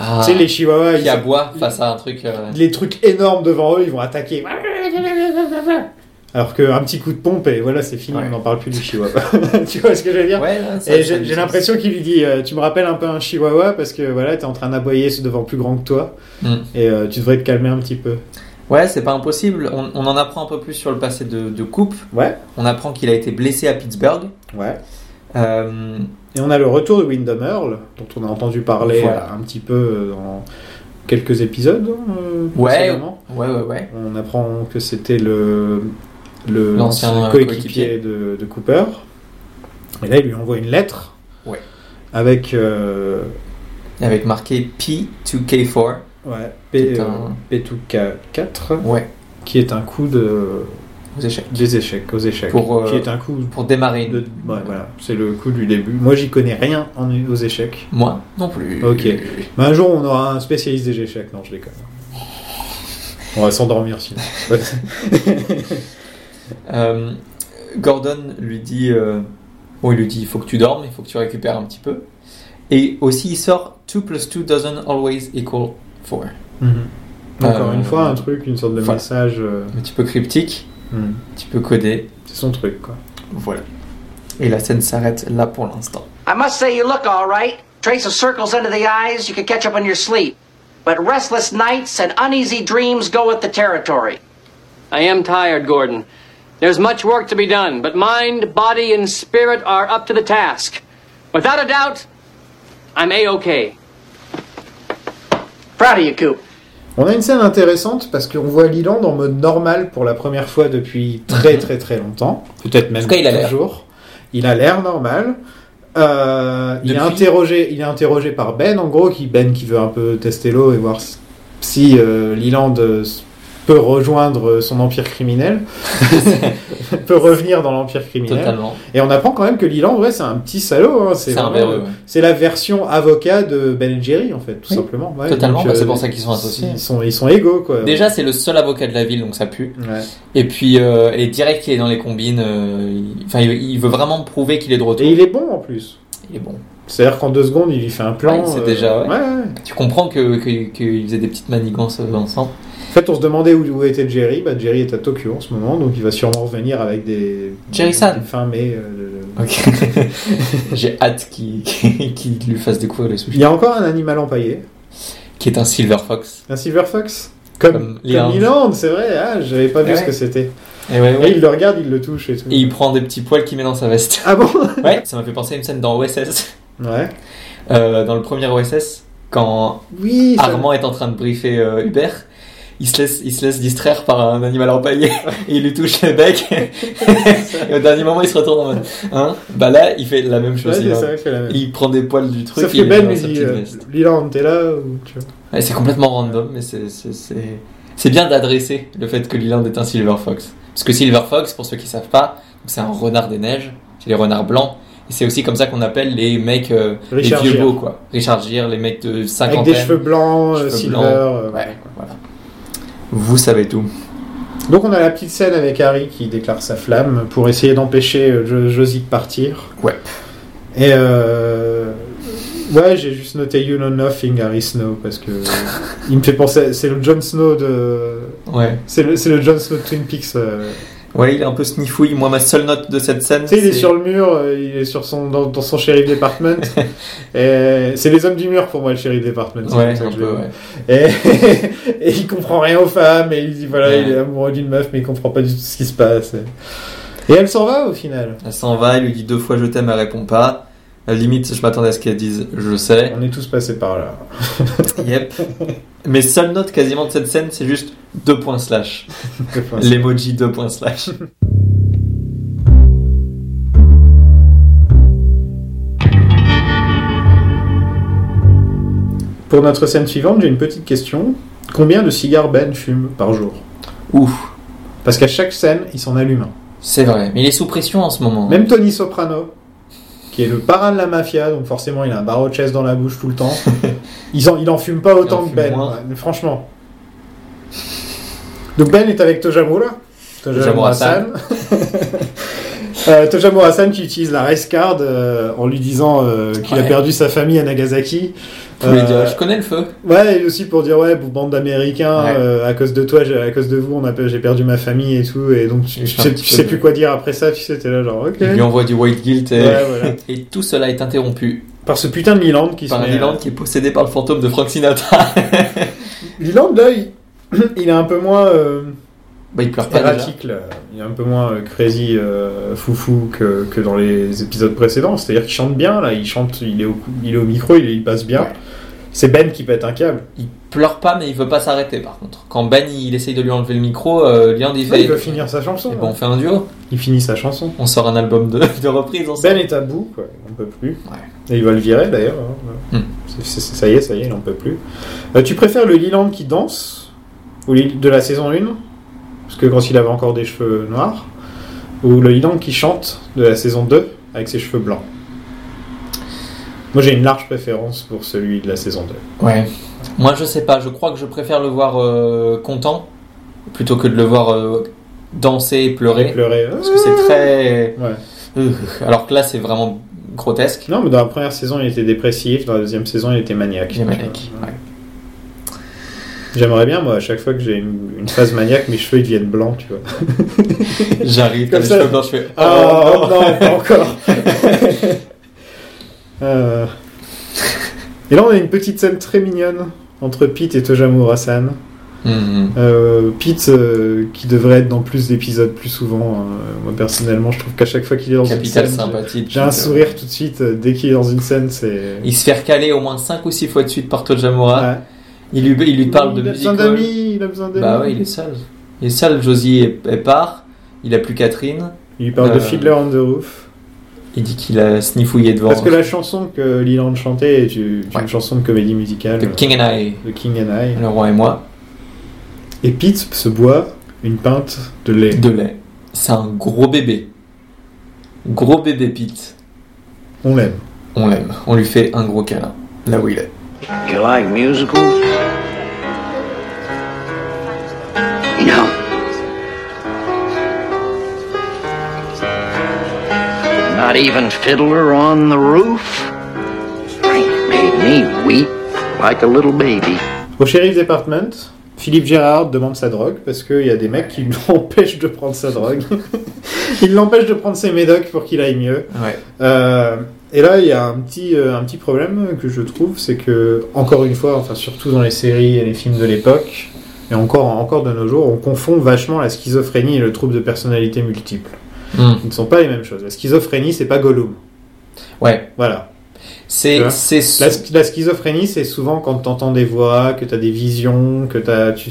S3: Ah,
S2: Tu sais, les chihuahuas,
S3: qui
S2: ils,
S3: aboie face à un truc. euh,
S2: les trucs énormes devant eux, ils vont attaquer. Alors qu'un petit coup de pompe, et voilà, c'est fini,
S3: Ouais.
S2: on n'en parle plus du chihuahua. tu vois ce que je veux dire
S3: Ouais, là, ça-
S2: Et
S3: ça-
S2: j'ai j'ai l'impression qu'il lui dit euh, Tu me rappelles un peu un chihuahua parce que voilà, t'es en train d'aboyer ce devant plus grand que toi
S3: Mm.
S2: et euh, tu devrais te calmer un petit peu.
S3: Ouais, c'est pas impossible. On, on en apprend un peu plus sur le passé de, de Coupe.
S2: Ouais.
S3: On apprend qu'il a été blessé à Pittsburgh.
S2: Ouais.
S3: Euh,
S2: Et on a le retour de Windham Earl, dont on a entendu parler
S3: Voilà.
S2: euh, un petit peu euh, dans quelques épisodes. euh,
S3: Ouais.
S2: précédemment.
S3: ouais, ouais, ouais.
S2: On apprend que c'était le le-
S3: L'ancien,
S2: l'ancien
S3: euh,
S2: coéquipier de, de Cooper. Et là, il lui envoie une lettre.
S3: Ouais.
S2: Avec. euh,
S3: Avec marqué P2K4.
S2: ouais,
S3: Qui
S2: P,
S3: est
S2: euh,
S3: un-
S2: P2K4,
S3: Ouais,
S2: qui est un coup de.
S3: aux échecs.
S2: Des échecs, aux échecs.
S3: Pour, euh,
S2: Qui est un coup
S3: Pour démarrer une-
S2: de... ouais, voilà, c'est le coup du début. Moi, j'y connais rien en- aux échecs.
S3: Moi non plus.
S2: Ok. Mais un jour, on aura un spécialiste des échecs. Non, je déconne. On va s'endormir sinon.
S3: Euh, Gordon lui dit, euh, bon, il lui dit, il faut que tu dormes, il faut que tu récupères un petit peu. Et aussi, il sort 2 plus 2 doesn't always equal 4.
S2: Mhm. Encore
S3: Euh,
S2: une fois, un truc, une sorte de
S3: voilà.
S2: message. euh,
S3: Un petit peu cryptique,
S2: hmm.
S3: un petit peu codé.
S2: C'est son truc, quoi.
S3: Voilà. Et la scène s'arrête là pour l'instant.
S1: I must say you look all right. Trace of circles under the eyes, you can catch up on your sleep. But restless nights and uneasy dreams go with the territory.
S9: I am tired, Gordon. There's much work to be done, but mind, body, and spirit are up to the task. Without a doubt, I'm A OK.
S1: Proud of you, Coop.
S2: On a une scène intéressante parce qu'on voit Leland en mode normal pour la première fois depuis très très très longtemps. Peut-être même
S3: Mhm. En tout cas, il a l'air.
S2: toujours. Il a l'air normal. Euh, il, est
S3: Depuis-
S2: interrogé, il est interrogé par Ben, en gros, qui Ben qui veut un peu tester l'eau et voir s- si euh, Leland euh, s- peut rejoindre euh, son empire criminel, peut revenir dans l'empire criminel.
S3: Totalement.
S2: Et on apprend quand même que Leland, ouais, c'est un petit salaud. hein. C'est
S3: C'est un
S2: vraiment-
S3: véreux. ouais.
S2: c'est la version avocat de Ben Jerry, en fait, tout
S3: Oui,
S2: simplement. Ouais,
S3: totalement,
S2: donc,
S3: bah, c'est
S2: euh,
S3: pour ça qu'ils sont associés.
S2: Ils sont, ils sont égaux, quoi.
S3: Déjà, c'est le seul avocat de la ville, donc ça pue.
S2: Ouais.
S3: Et puis, euh, et direct, il est dans les combines. euh, il- Enfin, il, il veut vraiment prouver qu'il est de retour.
S2: Et il est bon, en plus.
S3: Il est bon.
S2: C'est-à-dire qu'en deux secondes, il lui fait un plan. euh,
S3: Ouais, c'est déjà, ouais.
S2: ouais.
S3: Tu comprends que que- qu'ils faisaient des petites manigances euh, ensemble.
S2: En fait, on se demandait où, où était Jerry. Bah, Jerry est à Tokyo en ce moment, donc il va sûrement revenir avec des.
S3: Jerry
S2: des-
S3: San.
S2: des Fin mai. euh, de-
S3: Ok. J'ai hâte qu'il qu'il lui fasse découvrir le
S2: Il
S3: sushi.
S2: y a encore un animal empaillé.
S3: Qui est un Silver Fox.
S2: Un Silver Fox. Comme,
S3: Comme
S2: comme
S3: Leland.
S2: Leland, c'est vrai. Ah, j'avais pas vu
S3: Ouais.
S2: ce que c'était.
S3: Et, ouais,
S2: Et
S3: ouais.
S2: il le regarde, il le touche et tout.
S3: Et il prend des petits poils qu'il met dans sa veste.
S2: Ah bon
S3: Ouais, ça m'a fait penser à une scène dans OSS.
S2: Ouais.
S3: Euh, dans le premier OSS, quand
S2: Oui. ça-
S3: Armand est en train de briefer euh, Hubert, il se, laisse, il se laisse distraire par un animal empaillé et il lui touche le bec. et au dernier moment, il se retourne en mode Hein Bah là, il fait la même
S2: Ouais,
S3: chose. il,
S2: c'est ça, il fait la même.
S3: ah. il prend des poils du truc
S2: Sauf
S3: et
S2: que
S3: il les met
S2: Ben
S3: dans
S2: lui
S3: sa
S2: dit
S3: petite
S2: euh,
S3: veste.
S2: Leland, t'es là ou tu vois
S3: Ouais, c'est complètement random, mais c'est- c'est c'est- c'est bien d'adresser le fait que Leland est un Silver Fox. Parce que Silver Fox, pour ceux qui savent pas, c'est un renard des neiges, c'est les renards blancs. Et c'est aussi comme ça qu'on appelle les mecs, euh, les
S2: Richard
S3: vieux
S2: Gere.
S3: beaux, quoi. Richard Gere, les mecs de 50
S2: Avec des cheveux blancs, euh,
S3: Cheveux
S2: silver.
S3: blancs.
S2: euh,
S3: Ouais, voilà. Vous savez tout.
S2: Donc on a la petite scène avec Harry qui déclare sa flamme pour essayer d'empêcher euh, Jo- Josie de partir.
S3: Ouais.
S2: Et euh... ouais, j'ai juste noté You Know Nothing Harry Snow parce que il me fait penser, c'est le Jon Snow de,
S3: Ouais.
S2: c'est le, c'est le Jon Snow de Twin Peaks. euh.
S3: Ouais, il est un peu snifouille. Moi, ma seule note de cette scène,
S2: Tu sais, il est sur le mur, euh, il est sur son dans, dans son sheriff department. Et c'est les hommes du mur pour moi le sheriff department. c'est
S3: Ouais,
S2: comme ça
S3: un
S2: que je le
S3: peu,
S2: vois.
S3: ouais.
S2: Et, et il comprend rien aux femmes, et il dit voilà,
S3: Ouais.
S2: il est amoureux d'une meuf, mais il comprend pas du tout ce qui se passe. Et elle s'en va au final.
S3: Elle s'en va, il lui dit deux fois je t'aime, elle répond pas. À la limite, je m'attendais à ce qu'elle dise je sais.
S2: On est tous passés par là.
S3: Yep. Mes seules notes quasiment de cette scène, c'est juste deux points slash. L'emoji deux points slash.
S2: Pour notre scène suivante, j'ai une petite question. Combien de cigares Ben fume par jour
S3: Ouf.
S2: Parce qu'à chaque scène, il s'en allume un.
S3: C'est vrai, mais il est sous pression en ce moment. hein.
S2: Même Tony Soprano, qui est le parrain de la mafia, donc forcément il a un barreau de chaise dans la bouche tout le temps, il, en, il en fume pas autant
S3: en
S2: que Ben,
S3: fume moins.
S2: ouais, mais franchement. Donc Ben est avec Tojamu là
S3: Tojamu Hassan.
S2: Euh, Tojamu Hassan qui utilise la race card euh, en lui disant euh, qu'il a
S3: Ouais.
S2: perdu sa famille à Nagasaki.
S3: Tous les
S2: Euh,
S3: deux, je connais le feu.
S2: Ouais, et aussi pour dire ouais, pour bande d'Américains,
S3: Ouais.
S2: euh, à cause de toi, j'ai- à cause de vous, on a pe- j'ai perdu ma famille et tout, et donc tu,
S3: Et
S2: tu
S3: je fais un
S2: sais,
S3: petit
S2: tu
S3: peu
S2: sais
S3: de-
S2: plus quoi dire après ça, tu sais, t'es là genre ok.
S3: Il lui envoie du white guilt et,
S2: Ouais, voilà.
S3: et tout cela est interrompu
S2: Par ce putain de Milan qui
S3: par
S2: se met. euh,
S3: Leland qui est possédé par le fantôme de Frank Sinatra.
S2: Leland, là, il, il est un peu moins euh,
S3: bah, il pleure pas déjà.
S2: erratique, là. il est un peu moins euh, crazy, euh, foufou que, que dans les épisodes précédents. C'est-à-dire qu'il chante bien là, il chante, il est au, cou- il est au micro, il, il passe bien.
S3: Ouais.
S2: C'est Ben qui pète un câble.
S3: Il pleure pas, mais il veut pas s'arrêter par contre. Quand Ben il essaye de lui enlever le micro, euh, Leland il fait.
S2: il veut finir sa chanson.
S3: Et bon, on
S2: hein.
S3: fait un duo,
S2: Il finit sa chanson.
S3: on sort un album de, de reprises ensemble.
S2: Ben est à bout, quoi. il n'en peut plus.
S3: Ouais.
S2: Et il va le virer d'ailleurs. hein.
S3: Hmm.
S2: C'est- c'est- c'est- Ça y est, ça y est, il n'en peut plus. Euh, tu préfères le Leland qui danse ou Lil- de la saison 1 Parce que quand il avait encore des cheveux noirs. Ou le Leland qui chante de la saison 2 avec ses cheveux blancs Moi j'ai une large préférence pour celui de la saison 2.
S3: Ouais. Moi, je sais pas. Je crois que je préfère le voir euh, content plutôt que de le voir euh, danser et pleurer.
S2: Pleurer.
S3: Parce que c'est très.
S2: Ouais.
S3: Euh, Alors que là, c'est vraiment grotesque.
S2: Non, mais dans la première saison il était dépressif, dans la deuxième saison il était maniaque.
S3: J'ai mal avec. Ouais.
S2: J'aimerais bien, moi, à chaque fois que j'ai une, une phase maniaque, mes cheveux ils deviennent blancs, tu vois.
S3: J'arrive,
S2: Comme
S3: comme
S2: ça.
S3: je blancs, je fais.
S2: Ah
S3: oh,
S2: non, pas encore. Euh, Et là, on a une petite scène très mignonne entre Pete et Tojamu Hassan.
S3: Mhm.
S2: Euh, Pete, euh, qui devrait être dans plus d'épisodes plus souvent. euh, moi, personnellement, je trouve qu'à chaque fois qu'il est dans
S3: Capital
S2: une scène, j'ai-
S3: sympathie.
S2: j'ai un sourire tout de suite. euh, Dès qu'il est dans une scène, c'est...
S3: euh, Il se fait recaler au moins 5 ou 6 fois de suite par Tojamura.
S2: Ouais.
S3: Il, lui, il lui parle de
S2: il a
S3: musique.
S2: besoin d'amis, il a besoin d'amis.
S3: Bah ouais, il est seul. Il est seul. Josie est- elle part. Il a plus Catherine.
S2: Il lui parle de
S3: Euh,
S2: Fiddler on the Roof.
S3: Il dit qu'il a snifouillé devant.
S2: Parce que la chanson que Leland chantait est une, une
S3: Ouais.
S2: chanson de comédie musicale euh,
S3: The King and I,
S2: de King and I.
S3: le roi et moi.
S2: Et Pete se boit une pinte de lait.
S3: de lait. C'est un gros bébé. Gros bébé Pete.
S2: On l'aime.
S3: On l'aime. On lui fait un gros câlin. Là où il est.
S7: You like musicals? No. Not even Fiddler on the Roof? It made me weep like a little baby.
S2: Au Sheriff's Department, Philippe Gérard demande sa drogue parce qu'il y a des mecs qui l'empêchent de prendre sa drogue. Ils l'empêchent de prendre ses médocs pour qu'il aille mieux.
S3: Ouais.
S2: Euh, et là, il y a un petit, euh, un petit problème que je trouve, c'est que, encore une fois, enfin, surtout dans les séries et les films de l'époque, et encore, encore de nos jours, on confond vachement la schizophrénie et le trouble de personnalité multiple. Ils ne sont pas les mêmes choses. La schizophrénie, c'est pas Gollum.
S3: Ouais.
S2: Voilà. Tu vois
S3: C'est. c'est
S2: La, sch- la schizophrénie, c'est souvent quand t'entends des voix, que t'as des visions, que t'as, tu,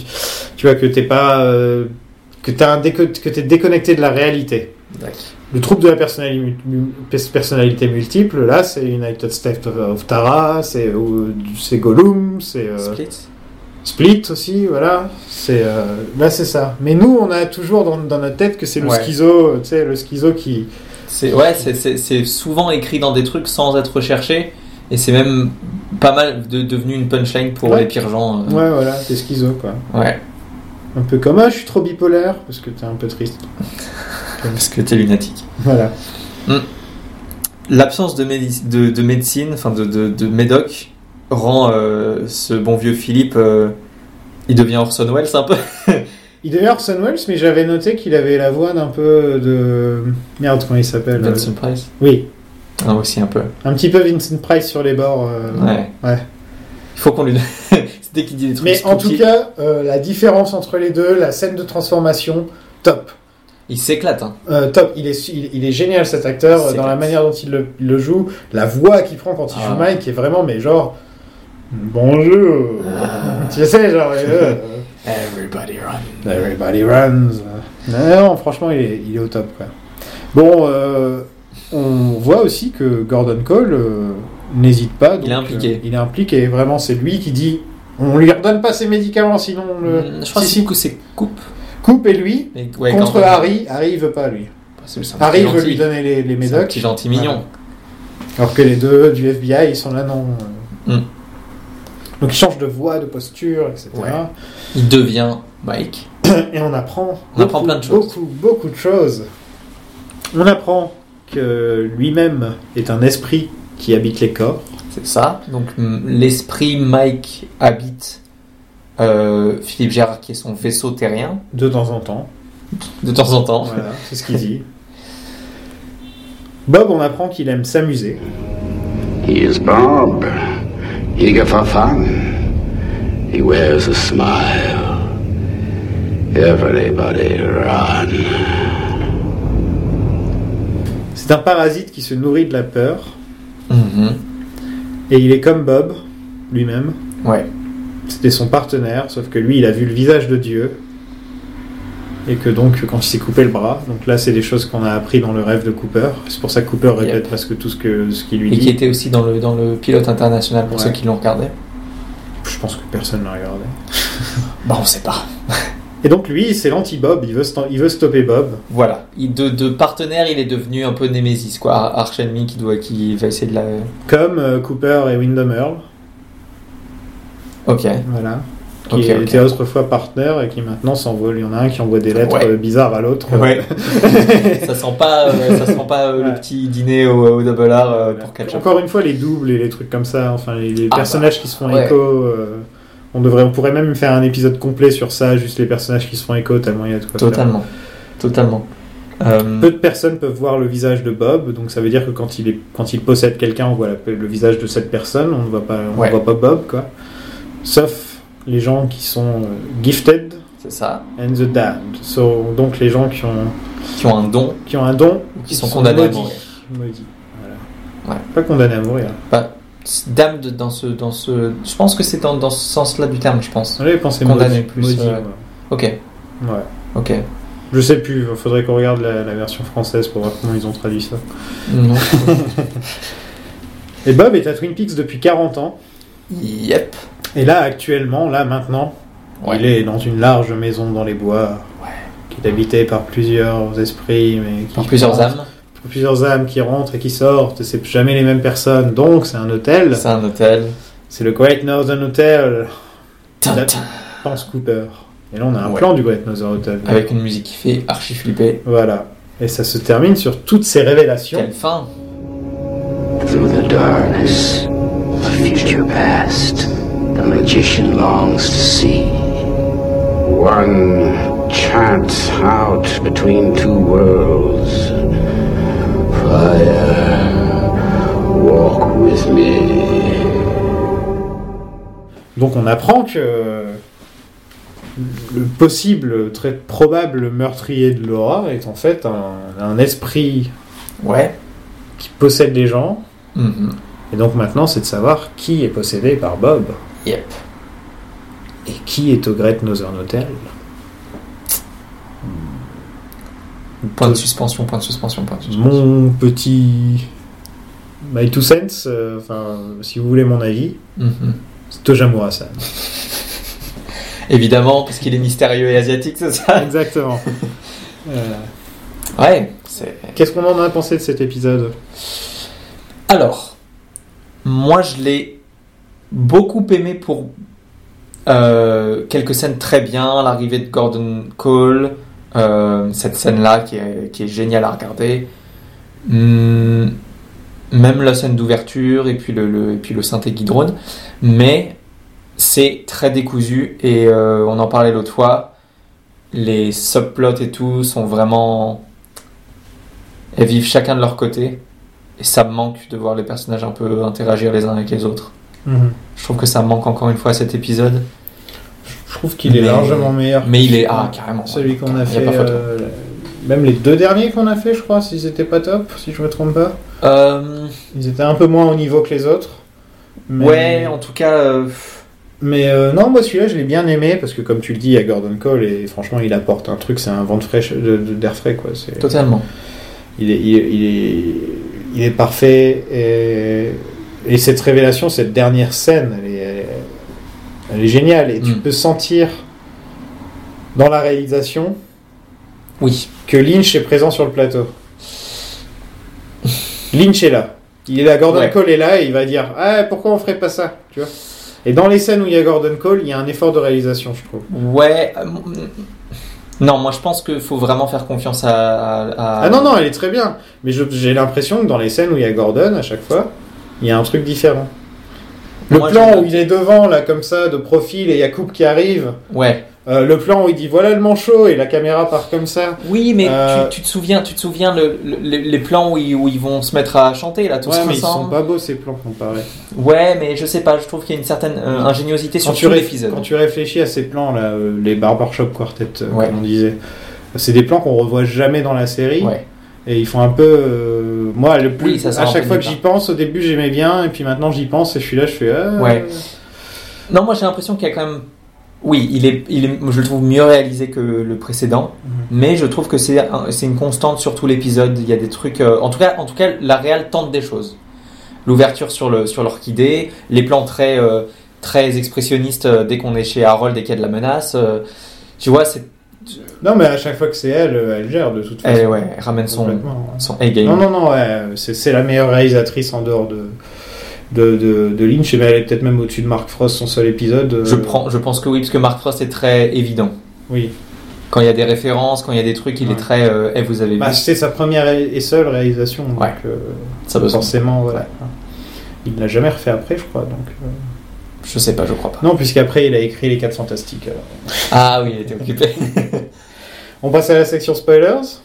S2: tu vois, que t'es pas, euh, que t'as un déco- que t'es déconnecté de la réalité.
S3: D'accord.
S2: Le trouble de la personnali- mu- mu- pers- personnalité multiple, là, c'est United States of, of Tara, c'est euh, c'est Gollum, c'est euh,
S3: Split.
S2: Split aussi, voilà. C'est euh, là, c'est ça. Mais nous, on a toujours dans, dans notre tête que c'est le
S3: Ouais.
S2: schizo, euh, tu sais, le schizo qui.
S3: C'est ouais, c'est- c'est c'est souvent écrit dans des trucs sans être recherché, et c'est même pas mal de, devenu une punchline pour
S2: Ouais.
S3: les pires gens. euh.
S2: Ouais, voilà, t'es schizo, quoi.
S3: Ouais.
S2: Un peu comme ah, je suis trop bipolaire parce que t'es un peu triste.
S3: Parce que t'es lunatique.
S2: Voilà.
S3: L'absence de, médi- de, de médecine, enfin de, de, de médoc, rend euh, ce bon vieux Philippe. euh, il devient Orson Welles un peu.
S2: Il devait Orson Welles, mais j'avais noté qu'il avait la voix d'un peu de. Merde, comment il s'appelle euh,
S3: Vincent Price.
S2: Oui,
S3: Ah, aussi un peu.
S2: un petit peu Vincent Price sur les bords. euh,
S3: Ouais.
S2: ouais.
S3: Il faut qu'on lui. Dès qu'il dit des trucs.
S2: Mais en tout
S3: spooky-
S2: cas, euh, la différence entre les deux, la scène de transformation, top.
S3: Il s'éclate. hein.
S2: Euh, top, il est, il, il est génial cet acteur euh,
S3: C'est
S2: dans la
S3: classe.
S2: manière dont il le, il le joue, la voix qu'il prend quand il
S3: Ah.
S2: joue Mike est vraiment, mais genre. Bonjour!
S3: Ah.
S2: Tu sais, genre. euh,
S3: Everybody run.
S2: Everybody runs. Non, non, franchement, il est, il est au top. Quoi. Bon, euh, on voit aussi que Gordon Cole euh, n'hésite pas. donc,
S3: Il est impliqué.
S2: euh, il est impliqué. Vraiment, c'est lui qui dit on lui redonne pas ses médicaments, sinon on le.
S3: Mm, Je crois
S2: Si,
S3: que
S2: si.
S3: c'est coup- c'est coupe.
S2: Coupe et lui.
S3: Mais- ouais,
S2: contre
S3: Gordon.
S2: Harry, Harry il veut pas lui.
S3: C'est- c'est un petit
S2: Harry veut
S3: gentil.
S2: lui donner les, les
S3: C'est un
S2: médocs.
S3: petit gentil mignon.
S2: Alors que les deux du FBI, ils sont là, non. euh.
S3: Hmm.
S2: Donc ils changent de voix, de posture, etc.
S3: Il devient Mike.
S2: Et on apprend,
S3: On apprend plein de choses.
S2: Beaucoup, beaucoup de choses. On apprend que lui-même est un esprit qui habite les corps.
S3: C'est ça. Donc m- l'esprit Mike habite euh, Philippe Gérard qui est son vaisseau terrien
S2: De temps en temps.
S3: de temps en temps.
S2: Voilà, c'est ce qu'il dit. Bob, on apprend qu'il aime s'amuser.
S7: He is Bob, eager for fun. He wears a smile. Everybody run.
S2: C'est un parasite qui se nourrit de la peur.
S3: Mhm.
S2: Et il est comme Bob, lui-même.
S3: Ouais.
S2: C'était son partenaire, sauf que lui, il a vu le visage de Dieu. Et que donc, quand il s'est coupé le bras, donc là, c'est des choses qu'on a appris dans le rêve de Cooper. C'est pour ça que Cooper répète
S3: Yep.
S2: presque tout ce que ce qu'il lui
S3: Et
S2: dit.
S3: qui était aussi dans le dans le pilote international pour
S2: Ouais.
S3: ceux qui l'ont regardé.
S2: Je pense que personne ne l'a regardé.
S3: Bah on sait pas.
S2: Et donc, lui, c'est l'anti-Bob, il, veut sto- il veut stopper Bob.
S3: Voilà. Il, de, de partenaire, il est devenu un peu Némésis, quoi. Ar- Arch Enemy qui doit qui va essayer de la.
S2: Comme euh, Cooper et Windham Earl,
S3: Ok.
S2: voilà. Qui
S3: Ok, ok.
S2: étaient autrefois partenaires et qui maintenant s'envolent. Il y en a un qui envoie des lettres
S3: Ouais.
S2: euh, bizarres à l'autre.
S3: Ouais. ça sent pas, euh, ça sent pas euh,
S2: Ouais.
S3: le petit dîner au, au double R euh, pour catch up.
S2: Encore une fois, les doubles et les trucs comme ça, enfin les, les
S3: Ah,
S2: personnages qui se font
S3: ouais.
S2: écho. euh, on, devrait, on pourrait même faire un épisode complet sur ça, juste les personnages qui se font écho, tellement il y a de quoi faire.
S3: Totalement, totalement. Euh,
S2: Peu de personnes peuvent voir le visage de Bob, donc ça veut dire que quand il, est, quand il possède quelqu'un, on voit la- le visage de cette personne, on ne voit pas, on
S3: Ouais.
S2: voit pas Bob, quoi. Sauf les gens qui sont euh, gifted
S3: c'est ça.
S2: and the damned. So, donc les gens qui ont,
S3: Qui ont un don,
S2: qui ont un don,
S3: ou qui sont condamnés à
S2: maudits.
S3: mourir.
S2: Maudits, voilà.
S3: Ouais.
S2: Pas condamnés à mourir.
S3: Dame de- dans ce, dans ce, je pense que c'est dans, dans ce sens-là du terme, je pense.
S2: J'avais pensé
S3: Condamnés
S2: maudits.
S3: plus,
S2: maudits,
S3: euh, Ok,
S2: ouais. Ouais.
S3: ok.
S2: Je sais plus, faudrait qu'on regarde la, la version française pour voir comment ils ont traduit ça.
S3: Non.
S2: Et Bob est à Twin Peaks depuis 40 ans.
S3: yep.
S2: Et là, actuellement, là, maintenant,
S3: Ouais.
S2: il est dans une large maison dans les bois, qui est habitée par plusieurs esprits, mais qui
S3: Par plusieurs
S2: rentrent-
S3: âmes.
S2: par plusieurs âmes qui rentrent et qui sortent. et C'est jamais les mêmes personnes. Donc, c'est un hôtel.
S3: C'est un hôtel.
S2: C'est le Great Northern Hotel.
S3: Tin, tin.
S2: Pense Cooper. Et là, on a un
S3: Ouais.
S2: plan du Great Northern Hotel.
S3: Avec une musique qui fait archi flipper.
S2: Voilà. Et ça se termine sur toutes ces révélations.
S3: Quelle fin
S7: Through the darkness, a future past, the magician longs to see. One chance out between two worlds. Fire, walk with me.
S2: Donc on apprend que euh, le possible, très probable meurtrier de Laura est en fait un, un esprit
S3: Ouais.
S2: qui possède les gens.
S3: Mhm.
S2: Et donc maintenant, c'est de savoir qui est possédé par Bob
S3: Yep.
S2: et qui est au Great Northern Hotel.
S3: Point de suspension, point de suspension, point de suspension.
S2: Mon petit my two cents, euh, enfin si vous voulez mon avis,
S3: Mhm.
S2: c'est Tojamura-san.
S3: Évidemment, parce qu'il est mystérieux et asiatique, c'est ça
S2: Exactement. Voilà.
S3: Ouais, c'est...
S2: Qu'est-ce qu'on en a pensé de cet épisode
S3: Alors, moi je l'ai beaucoup aimé pour euh, quelques scènes très bien, l'arrivée de Gordon Cole, euh, cette scène-là qui est, qui est géniale à regarder, Hum, même la scène d'ouverture et puis le, le- et puis le synthé qui drone, mais c'est très décousu et euh, on en parlait l'autre fois, les subplots et tout sont vraiment... Elles vivent chacun de leur côté. Et ça me manque de voir les personnages un peu interagir les uns avec les autres.
S2: Mhm.
S3: Je trouve que ça me manque encore une fois à cet épisode.
S2: Je trouve qu'il est
S3: Mais-
S2: largement meilleur.
S3: Mais il est. Ah, carrément.
S2: Celui qu'on a
S3: Il y a
S2: fait
S3: pas photo.
S2: euh, Même les deux derniers qu'on a fait, je crois, s'ils étaient pas top, si je me trompe pas.
S3: Euh,
S2: Ils étaient un peu moins au niveau que les autres. Mais-
S3: Ouais, en tout cas, euh,
S2: Mais euh, non, moi celui-là, je l'ai bien aimé parce que, comme tu le dis, il y a Gordon Cole et franchement, il apporte un truc, c'est un vent de fraîche, de- de- d'air frais quoi. C'est-
S3: totalement.
S2: il est, il est, il est, il est parfait. Et, et cette révélation, cette dernière scène, elle est, elle est géniale. Et tu
S3: Mm.
S2: peux sentir dans la réalisation
S3: Oui.
S2: que Lynch est présent sur le plateau. Lynch est là. Il est là, Gordon
S3: Ouais.
S2: Cole est là et il va dire Ah, pourquoi on ferait pas ça tu vois Et dans les scènes où il y a Gordon Cole, il y a un effort de réalisation, je trouve.
S3: Ouais. euh, mm, non, moi je pense qu'il faut vraiment faire confiance à. à- à-
S2: Ah non, non, elle est très bien. Mais je- j'ai l'impression que dans les scènes où il y a Gordon, à chaque fois, il y a un truc différent. Le
S3: Moi,
S2: plan
S3: j'aime
S2: où il est devant, là, comme ça, de profil, et il y a Coupe qui arrive.
S3: Ouais.
S2: Euh, le plan où il dit voilà le manchot, et la caméra part comme ça.
S3: Oui, mais
S2: Euh,
S3: tu, tu te souviens, tu te souviens le- le- les- les plans où ils, où ils vont se mettre à chanter là tous
S2: Ouais, mais ils
S3: ensemble.
S2: sont pas beaux ces plans comparés.
S3: Ouais, mais je sais pas. Je trouve qu'il y a une certaine euh, ingéniosité
S2: Quand
S3: sur
S2: tu,
S3: tout
S2: ré-
S3: l'épisode.
S2: quand tu réfléchis à ces plans, là, euh, les Barbershop Quartet, euh,
S3: Ouais.
S2: comme on disait, c'est des plans qu'on revoit jamais dans la série.
S3: Ouais.
S2: Et ils font un peu. euh, moi, le plus,
S3: Oui, ça sort
S2: à
S3: un
S2: chaque
S3: peu
S2: fois que
S3: nulle
S2: j'y pense, au début j'aimais bien, et puis maintenant j'y pense, et je suis là, je fais. ah,
S3: Ouais. Non, moi j'ai l'impression qu'il y a quand même. Oui, il est, il est, je le trouve mieux réalisé que le précédent,
S2: Mhm.
S3: mais je trouve que c'est un- c'est une constante sur tout l'épisode. Il y a des trucs. euh, en, tout cas, en tout cas, la réal tente des choses. L'ouverture sur le sur l'orchidée, les plans très, euh, très expressionnistes euh, dès qu'on est chez Harold, dès qu'il y a de la menace. euh, tu vois, c'est.
S2: Non, mais à chaque fois que c'est elle, euh, elle gère de toute façon.
S3: Elle, ouais, elle ramène son,
S2: Complètement, ouais.
S3: son A-game.
S2: Non, non, non, ouais, c'est c'est la meilleure réalisatrice en dehors de, de, de, de Lynch, mais elle est peut-être même au-dessus de Mark Frost, son seul épisode. euh,
S3: Je, prends, je pense que oui, parce que Mark Frost est très évident.
S2: Oui,
S3: Quand il y a des références, quand il y a des trucs, il
S2: Ouais.
S3: est très. euh, Eh, vous avez
S2: Bah,
S3: vu.
S2: c'est sa première et et seule réalisation, donc
S3: Ouais.
S2: euh,
S3: Ça peut sens.
S2: forcément, voilà. Il ne l'a jamais refait après, je crois. Donc, euh,
S3: Je sais pas, je crois pas.
S2: Non, puisqu'après, il a écrit Les 4 Fantastiques. alors.
S3: Ah oui, il était occupé.
S2: On passe à la section spoilers.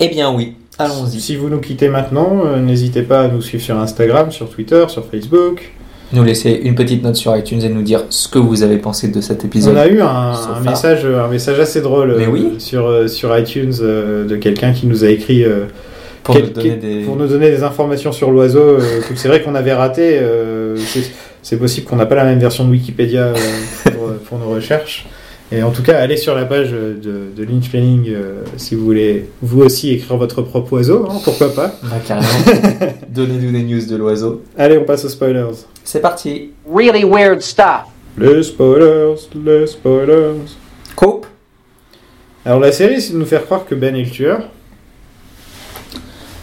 S3: eh bien oui, allons-y.
S2: Si vous nous quittez maintenant, euh, n'hésitez pas à nous suivre sur Instagram, sur Twitter, sur Facebook.
S3: Nous laisser une petite note sur iTunes et nous dire ce que vous avez pensé de cet
S2: On
S3: épisode.
S2: a eu un, un
S3: far.
S2: message, un message assez drôle
S3: Mais
S2: euh,
S3: oui.
S2: sur, euh, sur iTunes euh, de quelqu'un qui nous a écrit euh,
S3: Pour
S2: quel-
S3: nous donner
S2: quel-
S3: des...
S2: pour nous donner des informations sur l'oiseau. euh, que c'est vrai qu'on avait raté. euh, c'est- c'est possible qu'on n'a pas la même version de Wikipédia euh, pour, euh, pour nos recherches. Et en tout cas, allez sur la page euh, de, de Lynch Planning euh, si vous voulez vous aussi écrire votre propre oiseau, hein, pourquoi pas.
S3: Ah, carrément. Donnez-nous des news de l'oiseau.
S2: Allez, on passe aux spoilers.
S3: C'est parti.
S1: Really weird stuff.
S2: Les spoilers, les spoilers.
S3: Cope.
S2: Alors la série, c'est de nous faire croire que Ben est le tueur.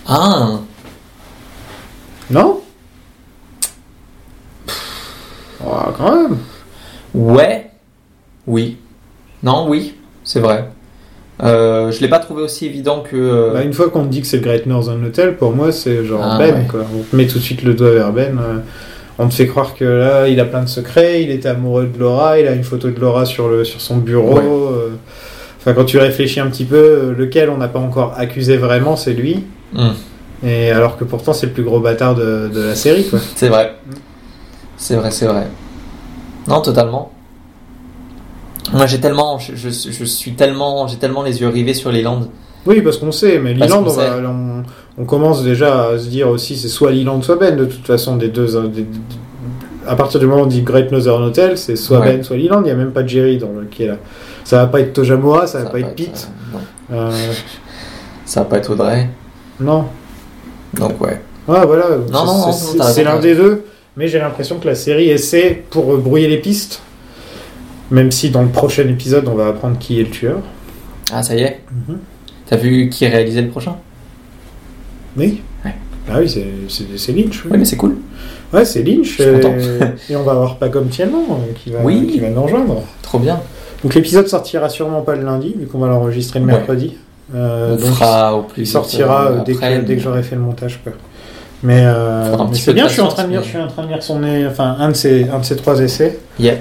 S3: Ah,
S2: Non Ah, quand même
S3: ouais. Oui. Non, oui, c'est vrai. Euh, je l'ai pas trouvé aussi évident que... euh,
S2: Bah, Une fois qu'on te dit que c'est le Great Northern Hotel, pour moi, c'est genre
S3: Ah,
S2: Ben,
S3: ouais.
S2: quoi. On te met tout de suite le doigt vers Ben. euh, On te fait croire que là, il a plein de secrets, il était amoureux de Laura, il a une photo de Laura sur, le, sur son bureau.
S3: Ouais.
S2: euh, Enfin, quand tu réfléchis un petit peu, euh, lequel on n'a pas encore accusé vraiment, c'est lui.
S3: Hmm.
S2: Et alors que pourtant, c'est le plus gros bâtard de, de la série, quoi.
S3: C'est vrai.
S2: Mm.
S3: C'est vrai, c'est vrai. Non, totalement. Moi, j'ai tellement, je, je, je suis tellement, j'ai tellement les yeux rivés sur les Landes.
S2: Oui, parce qu'on sait, mais
S3: Parce
S2: Leland,
S3: qu'on
S2: on, va- on, on commence déjà à se dire aussi, c'est soit Leland, soit Ben, de toute façon, des deux. hein, des- à partir du moment où on dit Great Northern Hotel, c'est soit
S3: Ouais.
S2: Ben, soit Leland, il n'y a même pas de Jerry dans le, qui est là. Ça va pas être Tojamura, ça, va pas être Pete.
S3: euh, non.
S2: Euh,
S3: Ça va pas être Audrey.
S2: non.
S3: Donc ouais.
S2: Ouais, voilà.
S3: non, non,
S2: C'est-
S3: non,
S2: c'est-
S3: t'as
S2: c'est
S3: raison,
S2: l'un
S3: t'as
S2: des deux, mais j'ai l'impression que la série essaie pour euh, brouiller les pistes. Même si dans le prochain épisode, on va apprendre qui est le tueur.
S3: Ah, ça y est.
S2: Mhm.
S3: T'as vu qui réalisait le prochain
S2: Oui.
S3: Ouais.
S2: Ah oui, c'est- c'est c'est Lynch. oui.
S3: Oui, mais c'est cool.
S2: Ouais, c'est Lynch.
S3: Je suis
S2: euh,
S3: content.
S2: et on va avoir pas comme Tielman euh, qui va,
S3: Oui.
S2: qui va nous rejoindre.
S3: Trop bien.
S2: Donc l'épisode sortira sûrement pas le lundi, vu qu'on va l'enregistrer le
S3: Ouais.
S2: mercredi. Euh,
S3: On
S2: donc
S3: fera au plus.
S2: il
S3: vite,
S2: sortira
S3: euh,
S2: euh, dès,
S3: après,
S2: que, dès que
S3: mais-
S2: j'aurai fait le montage. Quoi. Mais, euh,
S3: Faudra un
S2: mais
S3: petit
S2: c'est
S3: peu de
S2: bien, je suis, en
S3: patience,
S2: train de lire,
S3: mais-
S2: je suis en train de lire son nez, enfin un de ses, un de ses trois essais.
S3: Yeah.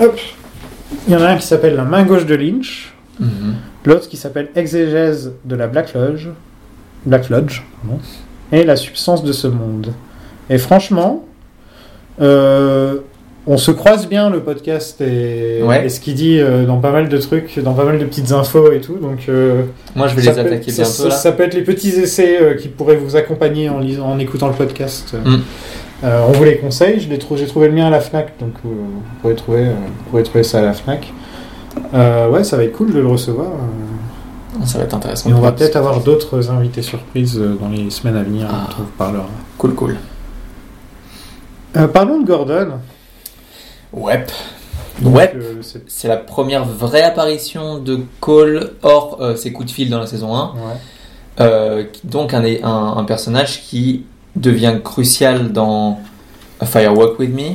S2: Hop Il y en a un qui s'appelle La main gauche de Lynch.
S3: Mhm.
S2: L'autre qui s'appelle Exégèse de la Black Lodge, Black Lodge pardon, et la substance de ce monde. Et franchement, euh, on se croise bien le podcast et,
S3: Ouais.
S2: et ce qu'il dit euh, dans pas mal de trucs, dans pas mal de petites infos et tout. Donc, euh,
S3: Moi, Ah, je vais
S2: ça
S3: les
S2: peut-
S3: attaquer
S2: ça-
S3: bientôt
S2: ça,
S3: là.
S2: ça peut être les petits essais euh, qui pourraient vous accompagner en, lisant, en écoutant le podcast.
S3: Mm.
S2: Euh, on vous les conseille. Je les trou- j'ai trouvé le mien à la Fnac, donc euh, vous, pourrez trouver, euh, vous pourrez trouver ça à la Fnac. Euh, ouais, ça va être cool de le recevoir. euh,
S3: Ça va être intéressant.
S2: et on va peut-être avoir d'autres invités surprises euh, dans les semaines à venir.
S3: Ah.
S2: On vous parlera.
S3: Cool, cool.
S2: Euh, parlons de Gordon.
S3: Ouais.
S2: Donc,
S3: Ouais.
S2: euh, c'est-
S3: C'est la première vraie apparition de Cole hors euh, ses coups de fil dans la saison 1.
S2: ouais.
S3: Euh, qui- donc un, un, un personnage qui devient crucial dans A Firewalk With Me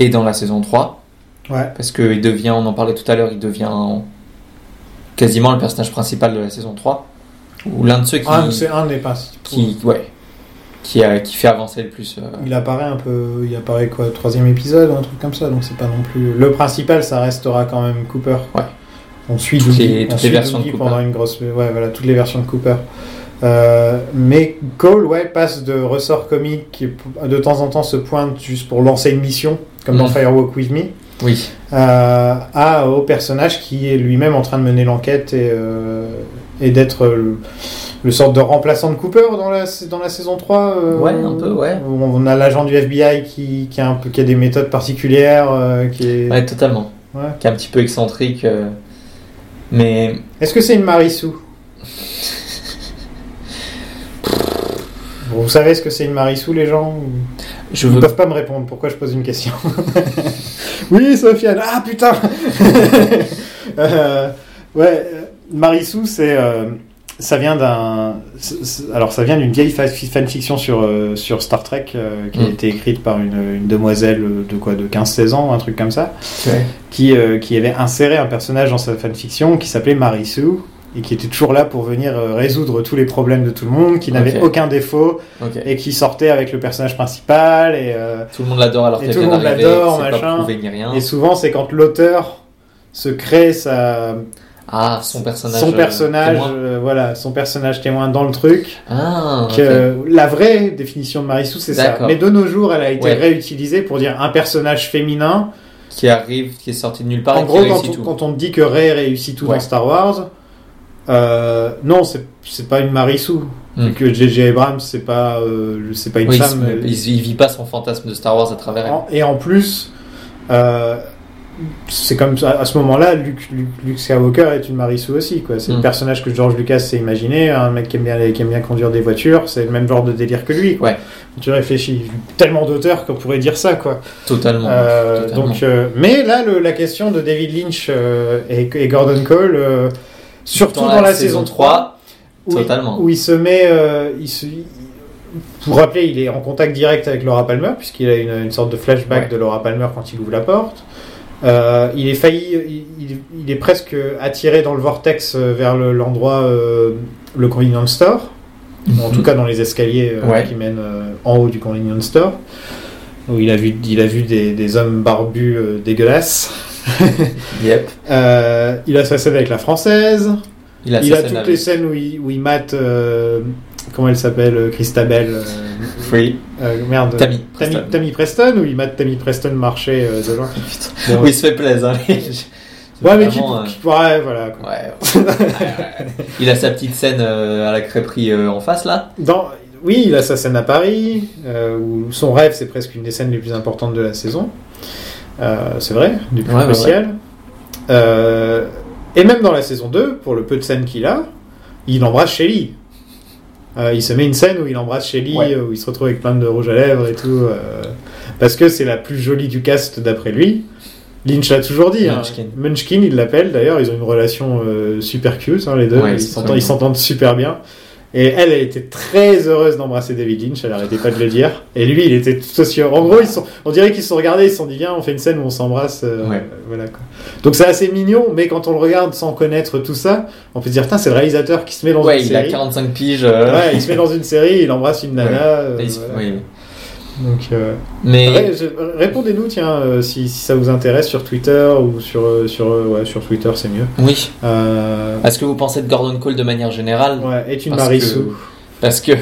S3: et dans la saison 3
S2: Ouais.
S3: parce qu'il devient, on en parlait tout à l'heure, il devient quasiment le personnage principal de la saison 3 ou l'un de ceux qui,
S2: Ah, c'est un des principaux.
S3: qui, ouais, qui, euh, qui fait avancer le plus. euh,
S2: Il apparaît un peu, il apparaît quoi, troisième épisode, un truc comme ça, donc c'est pas non plus. Le principal, ça restera quand même Cooper.
S3: Ouais.
S2: On suit
S3: Toutes
S2: Doogie,
S3: les-
S2: on
S3: toutes les
S2: suit
S3: versions de
S2: Doogie
S3: Cooper.
S2: pendant une grosse, ouais, voilà, toutes les versions de Cooper. Euh, mais Cole, ouais, passe de ressort comique qui de temps en temps se pointe juste pour lancer une mission, comme dans
S3: Mhm.
S2: Firewalk with Me,
S3: Oui,
S2: euh, à au personnage qui est lui-même en train de mener l'enquête et, euh, et d'être le, le sorte de remplaçant de Cooper dans la, dans la saison 3. euh,
S3: Ouais, un peu, ouais.
S2: où On a l'agent du FBI qui, qui, a un peu, qui a des méthodes particulières. euh, qui est...
S3: ouais, totalement.
S2: Ouais.
S3: Qui est un petit peu excentrique. euh, mais
S2: Est-ce que c'est une Marissou Bon, Vous savez ce que c'est une Marissou, les gens ou-
S3: je
S2: Ils ne
S3: veux
S2: peuvent pas me répondre. Pourquoi je pose une question Oui, Sofiane. Ah putain. Euh, ouais, euh, Marissou, c'est euh, ça vient d'un. c'est- c'est- Alors, ça vient d'une vieille fa- fanfiction sur euh, sur Star Trek euh, qui a
S3: Mm.
S2: été écrite par une, une demoiselle euh, de quoi de 15-16 ans, un truc comme ça,
S3: Ouais.
S2: qui euh, qui avait inséré un personnage dans sa fanfiction qui s'appelait Marissou et qui était toujours là pour venir euh, résoudre tous les problèmes de tout le monde, qui n'avait
S3: Ok.
S2: aucun défaut
S3: Ok.
S2: et qui sortait avec le personnage principal et euh,
S3: Tout le monde l'adore alors
S2: Et
S3: qu'elle
S2: tout le
S3: vient
S2: monde
S3: d'arriver,
S2: l'adore,
S3: c'est
S2: machin.
S3: pas prouvé ni rien.
S2: Et souvent, c'est quand l'auteur se crée sa,
S3: Ah, son personnage.
S2: son
S3: euh,
S2: personnage,
S3: témoin.
S2: euh, voilà, son personnage témoin dans le truc.
S3: Ah, ok.
S2: Que la vraie définition de Marissou, c'est ça.
S3: D'accord.
S2: Mais de nos jours, elle a été
S3: Ouais.
S2: réutilisée pour dire un personnage féminin.
S3: qui arrive, qui est sorti de nulle part
S2: en
S3: et
S2: gros,
S3: qui réussit
S2: quand on,
S3: tout.
S2: quand on te dit que Ray réussit tout
S3: Ouais.
S2: dans Star Wars, euh, non, c'est c'est pas une Marissou.
S3: Hmm.
S2: Que J.J. Abrams, c'est pas, euh, c'est pas une
S3: Oui, il,
S2: femme.
S3: se- il se- il vit pas son fantasme de Star Wars à travers elle.
S2: En- et en plus, euh, c'est comme ça, à ce moment-là, Luke, Luke, Luke Skywalker est une Marissou aussi. quoi. C'est
S3: Mm.
S2: le personnage que George Lucas s'est imaginé, un mec qui aime, bien, qui aime bien conduire des voitures, c'est le même genre de délire que lui. quoi.
S3: Ouais.
S2: Tu réfléchis, tellement d'auteurs qu'on pourrait dire ça. quoi.
S3: Totalement.
S2: Euh,
S3: totalement.
S2: donc, euh, mais là, le- la question de David Lynch euh, et, et Gordon Cole, euh, surtout dans, la saison 3, où il-
S3: Totalement.
S2: où il se met. euh, il se- il- pour rappeler, il est en contact direct avec Laura Palmer, puisqu'il a une, une sorte de flashback
S3: Ouais.
S2: de Laura Palmer quand il ouvre la porte. Euh, il est failli. Il, il- il est presque attiré dans le vortex euh, vers le- l'endroit, euh, le convenience store. En tout cas, dans les escaliers euh,
S3: Mhm. Ouais.
S2: qui mènent euh, en haut du convenience store. Où il a vu, il a vu des, des hommes barbus euh, dégueulasses.
S3: Yep.
S2: Euh, il a sa scène avec la française.
S3: Il a,
S2: Il
S3: sa
S2: a
S3: scène
S2: toutes
S3: avec
S2: les scènes où il, où il mate. euh, comment elle s'appelle euh, Christabel. euh,
S3: Free.
S2: euh, merde.
S3: Tammy
S2: Tammy,
S3: Preston.
S2: Tammy Preston, où il mate Tammy Preston marcher euh, de loin.
S3: Bon, il se fait plaisir. hein. C'est
S2: Ouais, mais qui,
S3: vraiment,
S2: qui pourrait. Voilà.
S3: euh,
S2: quoi.
S3: ouais. Il a sa petite scène euh, à la crêperie euh, en face là.
S2: Dans- oui, il a sa scène à Paris, euh, où son rêve, c'est presque une des scènes les plus importantes de la saison. Euh, c'est vrai, du plus
S3: Ouais, ouais,
S2: crucial. Euh, et même dans la saison 2, pour le peu de scènes qu'il a, il embrasse Shelly. Euh, il se met une scène où il embrasse Shelly,
S3: Ouais.
S2: euh, où il se retrouve avec plein de rouge à lèvres et tout, euh, parce que c'est la plus jolie du cast d'après lui. Lynch l'a toujours dit. hein.
S3: Munchkin.
S2: Munchkin, il l'appelle d'ailleurs, ils ont une relation euh, super cute, hein, les deux,
S3: Ouais,
S2: ils
S3: c'est
S2: s'entendent-
S3: très
S2: ils
S3: bon.
S2: s'entendent super bien. Et elle, elle était très heureuse d'embrasser David Lynch, elle arrêtait pas de le dire. Et lui, il était tout aussi heureux. En gros, ils sont, on dirait qu'ils se sont regardés, ils se sont dit, viens, on fait une scène où on s'embrasse. euh,
S3: Ouais.
S2: voilà, quoi. Donc c'est assez mignon, mais quand on le regarde sans connaître tout ça, on peut se dire, putain, c'est le réalisateur qui se met dans
S3: Ouais,
S2: une
S3: il a
S2: série.
S3: 45 piges. euh,
S2: Ouais, il se met dans une série, il embrasse une nana.
S3: Ouais.
S2: euh,
S3: et il se-
S2: voilà.
S3: oui.
S2: Donc, euh,
S3: Mais
S2: ré- je- répondez-nous, tiens, euh, si, si ça vous intéresse sur Twitter ou sur, euh, sur, euh, ouais, sur Twitter, c'est mieux.
S3: oui.
S2: Euh,
S3: Est-ce que vous pensez de Gordon Cole de manière générale
S2: ouais, est une
S3: Ah. Parce
S2: Marissou.
S3: que- parce que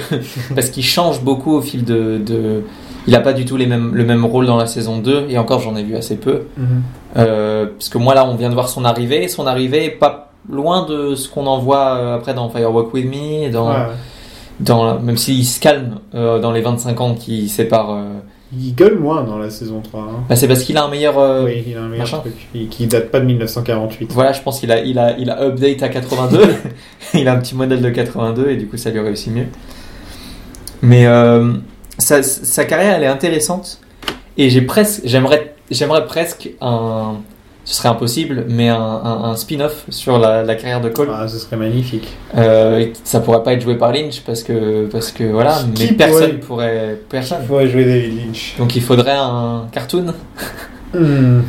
S3: parce qu'il change beaucoup au fil de, de Il a pas du tout les mêmes, le même rôle dans la saison 2, et encore j'en ai vu assez peu.
S2: Mhm.
S3: Euh, parce que moi là, on vient de voir son arrivée, et son arrivée est pas loin de ce qu'on en voit euh, après dans Firewalk With Me, et dans,
S2: Ouais.
S3: dans la- même s'il se calme euh, dans les 25 ans qui séparent. euh,
S2: Il gueule moins dans la saison 3. hein.
S3: bah, c'est parce qu'il a un meilleur. euh,
S2: oui, il a un meilleur
S3: machin.
S2: truc qui- qui date pas de 1948.
S3: Voilà, je pense qu'il a, il a, il a update à 82. il a un petit modèle de 82 et du coup ça lui réussit mieux. Mais euh, sa, sa carrière elle est intéressante et j'ai presque, j'aimerais, j'aimerais presque un, ce serait impossible, mais un, un- un spin-off sur la, la carrière de Cole.
S2: Ah, ce serait magnifique.
S3: Euh, ça pourrait pas être joué par Lynch parce que, parce que voilà,
S2: Qui
S3: mais personne
S2: pourrait-
S3: pourrait,
S2: Il
S3: personne.
S2: faudrait jouer David Lynch.
S3: Donc il faudrait un cartoon,
S2: Hmm.
S3: Ou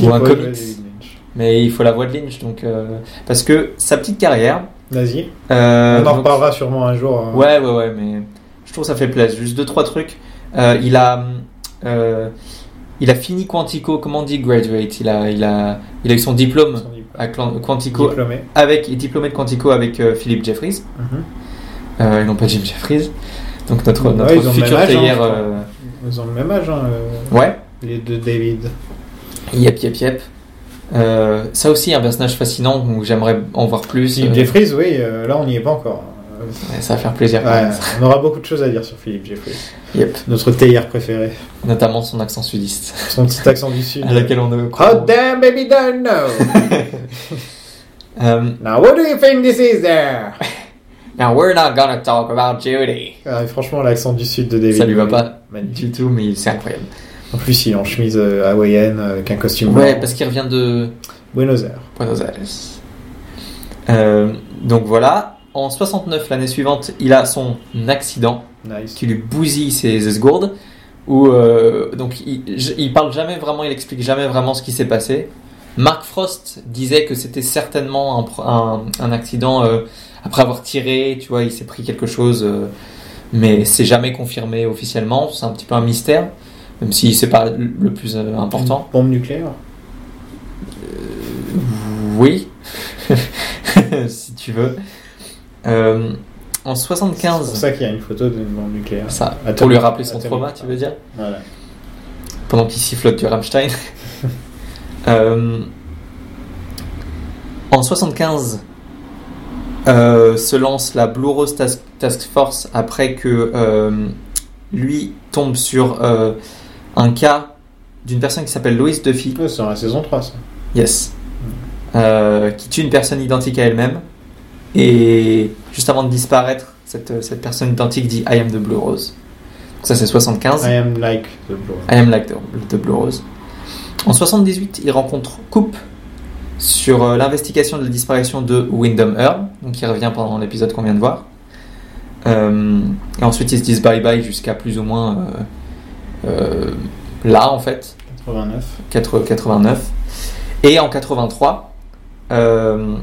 S2: Qui pourrait
S3: un
S2: jouer
S3: comics.
S2: David Lynch
S3: mais il faut la voix de Lynch. Donc euh, parce que sa petite carrière.
S2: Vas-y.
S3: euh,
S2: On en
S3: donc-
S2: reparlera sûrement un jour. hein.
S3: Ouais, ouais, ouais, mais je trouve que ça fait plaisir. Juste deux, trois trucs. Euh, il a. euh, il a fini Quantico, comment on dit graduate Il a, il a, il a eu son diplôme
S2: Son dip-
S3: à Clan- Quantico,
S2: Diplômé.
S3: avec, il est diplômé de Quantico avec euh, Philippe Jeffries,
S2: Mhm.
S3: euh, et non pas Jim Jeffries. Donc notre,
S2: Ouais,
S3: notre
S2: ils ont le
S3: futur
S2: même âge, hein,
S3: player.
S2: je crois.
S3: euh,
S2: Ils ont le même âge, hein, euh,
S3: ouais,
S2: les deux
S3: Euh.
S2: David.
S3: yep, yep, yep. Euh, ça aussi, un personnage fascinant où j'aimerais en voir plus.
S2: Philippe
S3: Euh,
S2: Jeffries, oui, euh, là on n'y est pas encore. Euh,
S3: ouais, ça va faire plaisir. quand
S2: ouais,
S3: même.
S2: on aura beaucoup de choses à dire sur Philippe Jeffries.
S3: Yep.
S2: Notre théière préféré.
S3: Notamment son accent sudiste, Ah,
S2: Son petit accent du sud.
S3: à laquelle on ne
S2: Oh damn baby don't know.
S3: Euh,
S2: Now what do you think this is there?
S3: Now we're not gonna talk about Judy.
S2: Ah, franchement l'accent du sud de David.
S3: Ça lui va
S2: Bowie,
S3: pas
S2: Magnifique.
S3: du tout, mais c'est incroyable.
S2: En plus il est en chemise euh, hawaïenne euh, avec un costume.
S3: Ouais,
S2: blanc.
S3: parce qu'il revient de
S2: Buenos Aires.
S3: Buenos Aires. Euh, donc voilà, en 69, l'année suivante, il a son accident
S2: Nice.
S3: qui lui bousille ses esgourdes. Où, euh, donc il, j- il parle jamais vraiment, il explique jamais vraiment ce qui s'est passé. Mark Frost disait que c'était certainement un, pro- un, un accident euh, après avoir tiré, tu vois, il s'est pris quelque chose, euh, mais c'est jamais confirmé officiellement. C'est un petit peu un mystère, même si c'est pas le le plus euh, important.
S2: Une Bombe nucléaire.
S3: Oui, si tu veux. Euh, en
S2: C'est pour
S3: 75,
S2: ça qu'il y a une photo d'une bombe nucléaire.
S3: ça, pour
S2: Atomique.
S3: lui rappeler son
S2: Atomique.
S3: trauma, tu veux dire
S2: Voilà.
S3: pendant qu'il sifflote du Rammstein. Euh, en 75, euh, se lance la Blue Rose Task, Task Force après que euh, lui tombe sur euh, un cas d'une personne qui s'appelle Lois Duffy,
S2: Ouais, C'est dans la saison 3 ça.
S3: yes, Euh, qui tue une personne identique à elle-même. Et juste avant de disparaître, cette, cette personne identique dit I am the Blue Rose. Ça c'est 75.
S2: I am like the blue.
S3: I am like the, the Blue Rose. En 78, il rencontre Coupe sur euh, l'investigation de la disparition de Wyndham Earl, donc qui revient pendant l'épisode qu'on vient de voir. Euh, et ensuite, ils se disent bye bye jusqu'à plus ou moins euh, euh, là, en fait.
S2: 89.
S3: 4- 89. Et en 83, euh,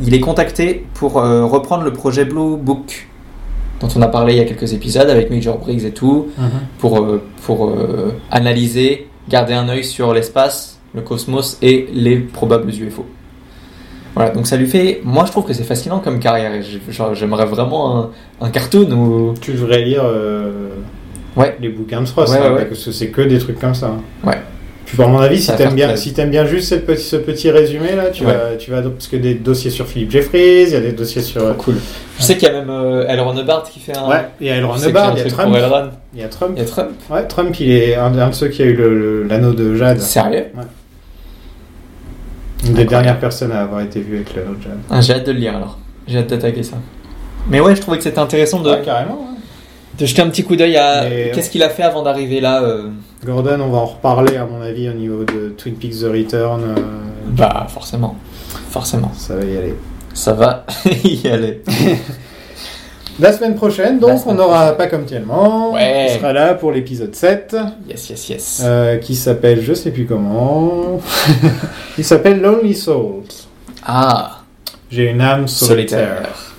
S3: il est contacté pour euh, reprendre le projet Blue Book, dont on a parlé il y a quelques épisodes avec Major Briggs et tout, pour, euh, pour euh, analyser, garder un œil sur l'espace, le cosmos et les probables UFO. Voilà, donc ça lui fait. Moi, je trouve que c'est fascinant comme carrière. et j'ai- genre, J'aimerais vraiment un, un cartoon ou.
S2: Tu devrais lire euh,
S3: Ouais.
S2: les bouquins de Frost,
S3: Ouais,
S2: hein,
S3: ouais, ouais.
S2: parce que c'est que des trucs comme ça. hein.
S3: Ouais.
S2: Puis, à mon avis,
S3: Ça
S2: si
S3: va
S2: t'aimes
S3: faire
S2: bien,
S3: plaisir.
S2: si t'aimes bien juste cette petit, ce petit résumé là, tu
S3: Ouais.
S2: vas, tu vas, parce que des dossiers sur Philippe Jeffries, il y a des dossiers sur,
S3: Cool. Je sais qu'il y a même euh, Elron Hubbard qui fait un.
S2: ouais, il y a Elron
S3: je sais
S2: Hubbard, il y
S3: qu'il
S2: a
S3: y a un truc pour
S2: Trump,
S3: Elron.
S2: il y a Trump,
S3: Il y a Trump.
S2: ouais, Trump, il est un, un de ceux qui a eu le- le- l'anneau de Jade,
S3: Sérieux
S2: une des
S3: incroyable.
S2: dernières personnes à avoir été vue avec l'anneau de Jade.
S3: Ah, J'ai hâte de le lire alors. J'ai hâte d'attaquer ça. Mais ouais, je trouvais que c'était intéressant de,
S2: Ouais, carrément. hein.
S3: de jeter un petit coup d'œil à
S2: Mais-
S3: qu'est-ce qu'il a fait avant d'arriver là. euh,
S2: Gordon, on va en reparler à mon avis au niveau de Twin Peaks The Return. euh,
S3: Bah, forcément. Forcément.
S2: Ça va y aller.
S3: Ça va y aller.
S2: La semaine prochaine, donc,
S3: La semaine
S2: on aura pas comme tellement.
S3: Ouais.
S2: On sera là pour l'épisode 7,
S3: Yes, yes, yes.
S2: euh, qui s'appelle, je sais plus comment, il s'appelle Lonely Souls.
S3: Ah,
S2: J'ai une âme
S3: solitaire.
S2: solitaire.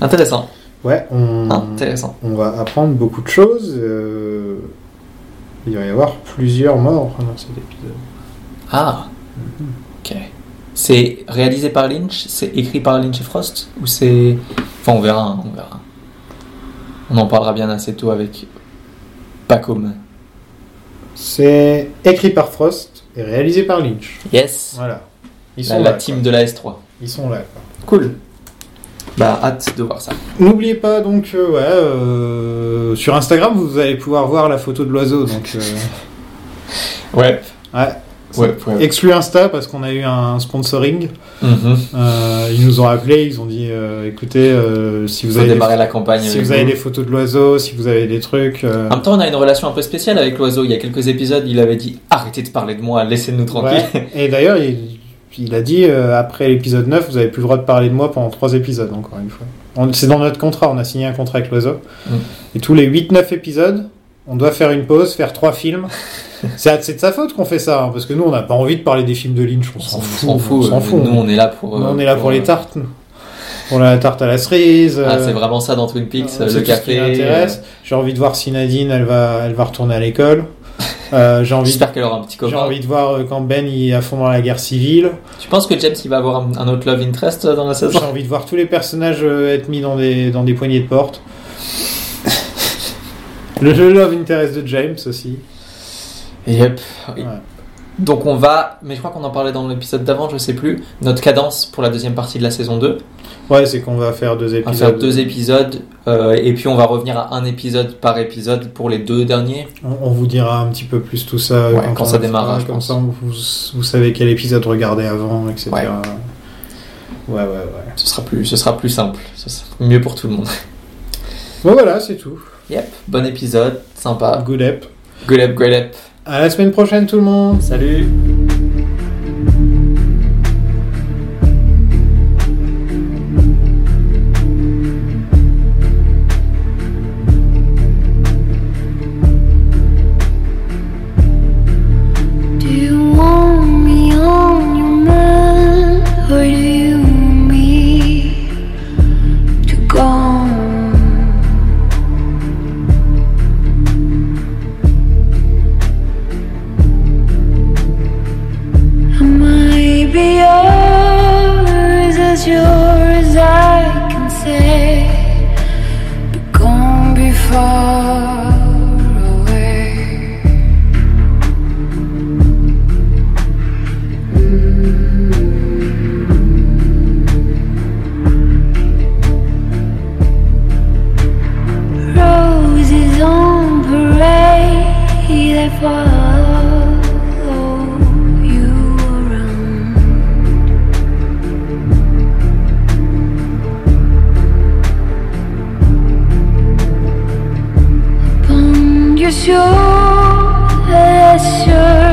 S3: Intéressant. hein,
S2: Ouais, on,
S3: Ah, Intéressant.
S2: on va apprendre beaucoup de choses. euh, il va y avoir plusieurs morts dans cet épisode.
S3: Ah. Ok.
S2: Mm-hmm.
S3: C'est réalisé par Lynch C'est écrit par Lynch et Frost Ou c'est. Enfin, on verra. hein, On verra. On en parlera bien assez tôt avec pas commun.
S2: C'est écrit par Frost et réalisé par Lynch.
S3: Yes.
S2: Voilà. Ils
S3: La,
S2: sont
S3: la
S2: là.
S3: team
S2: quoi.
S3: de la S3.
S2: Ils sont là. quoi.
S3: Cool. Bah, hâte de voir ça.
S2: N'oubliez pas donc euh, ouais, euh, sur Instagram vous allez pouvoir voir la photo de l'oiseau donc euh,
S3: Ouais.
S2: ouais.
S3: Ouais, ouais.
S2: Exclu Insta parce qu'on a eu un sponsoring.
S3: Mhm.
S2: Euh, ils nous ont appelé, ils ont dit euh, écoutez euh, si vous
S3: Faut
S2: avez des,
S3: démarrer la campagne.
S2: si
S3: avec
S2: vous avez
S3: nous.
S2: des photos de l'oiseau, si vous avez des trucs. euh,
S3: En même temps, on a une relation un peu spéciale avec l'oiseau. Il y a quelques épisodes, il avait dit arrêtez de parler de moi, laissez-nous tranquille.
S2: ouais. Et d'ailleurs il, il a dit euh, après l'épisode 9 vous avez plus le droit de parler de moi pendant trois épisodes encore une fois. On- C'est dans notre contrat, on a signé un contrat avec l'oiseau.
S3: Mm.
S2: Et tous les 8-9 épisodes on doit faire une pause, faire trois films. C'est c'est de sa faute qu'on fait ça, hein, parce que nous on n'a pas envie de parler des films de Lynch, on
S3: On
S2: s'en
S3: s'en
S2: fout.
S3: on s'en fout.
S2: on s'en
S3: euh,
S2: fout.
S3: Nous, on est là pour. euh,
S2: on est là pour les
S3: euh,
S2: tartes. nous. Pour la tarte à la cerise.
S3: Ah,
S2: euh,
S3: c'est vraiment ça dans Twin Peaks,
S2: euh,
S3: euh,
S2: c'est
S3: le
S2: tout ce qui
S3: café.
S2: m'intéresse.
S3: euh,
S2: J'ai envie de voir si Nadine, elle va, elle va retourner à l'école. Euh, j'ai envie,
S3: J'espère qu'elle aura un petit
S2: j'ai
S3: copain.
S2: envie de voir euh, quand Ben il est à fond dans la guerre civile.
S3: Tu penses que James il va avoir un, un autre love interest euh, dans la
S2: J'ai
S3: saison
S2: envie de voir tous les personnages euh, être mis dans des, dans des poignées de porte. Le jeu Love Interest de James aussi.
S3: Yep. Oui.
S2: Ouais.
S3: Donc on va, mais je crois qu'on en parlait dans l'épisode d'avant, je sais plus, notre cadence pour la deuxième partie de la saison 2.
S2: Ouais, c'est qu'on va faire deux
S3: On va
S2: épisodes.
S3: faire deux épisodes euh, et puis on va revenir à un épisode par épisode pour les deux derniers.
S2: On, on vous dira un petit peu plus tout ça euh,
S3: Ouais, quand
S2: on
S3: ça
S2: le
S3: démarrera,
S2: fera,
S3: je
S2: Comme
S3: pense.
S2: ça, vous, vous savez quel épisode regarder avant, etc.
S3: Ouais.
S2: ouais, ouais. ouais.
S3: Ce sera plus, ce sera plus simple, ce sera mieux pour tout le monde.
S2: Bon voilà, c'est tout.
S3: Yep, bon épisode, sympa.
S2: Good up.
S3: Good up, great up.
S2: À la semaine prochaine tout le monde.
S3: Salut.
S8: Do you want me on your mind, or do you want me to go? Am I be yours as sure as I can say? But gone be far away. Roses on parade that follow you around. Upon your shoulder, sure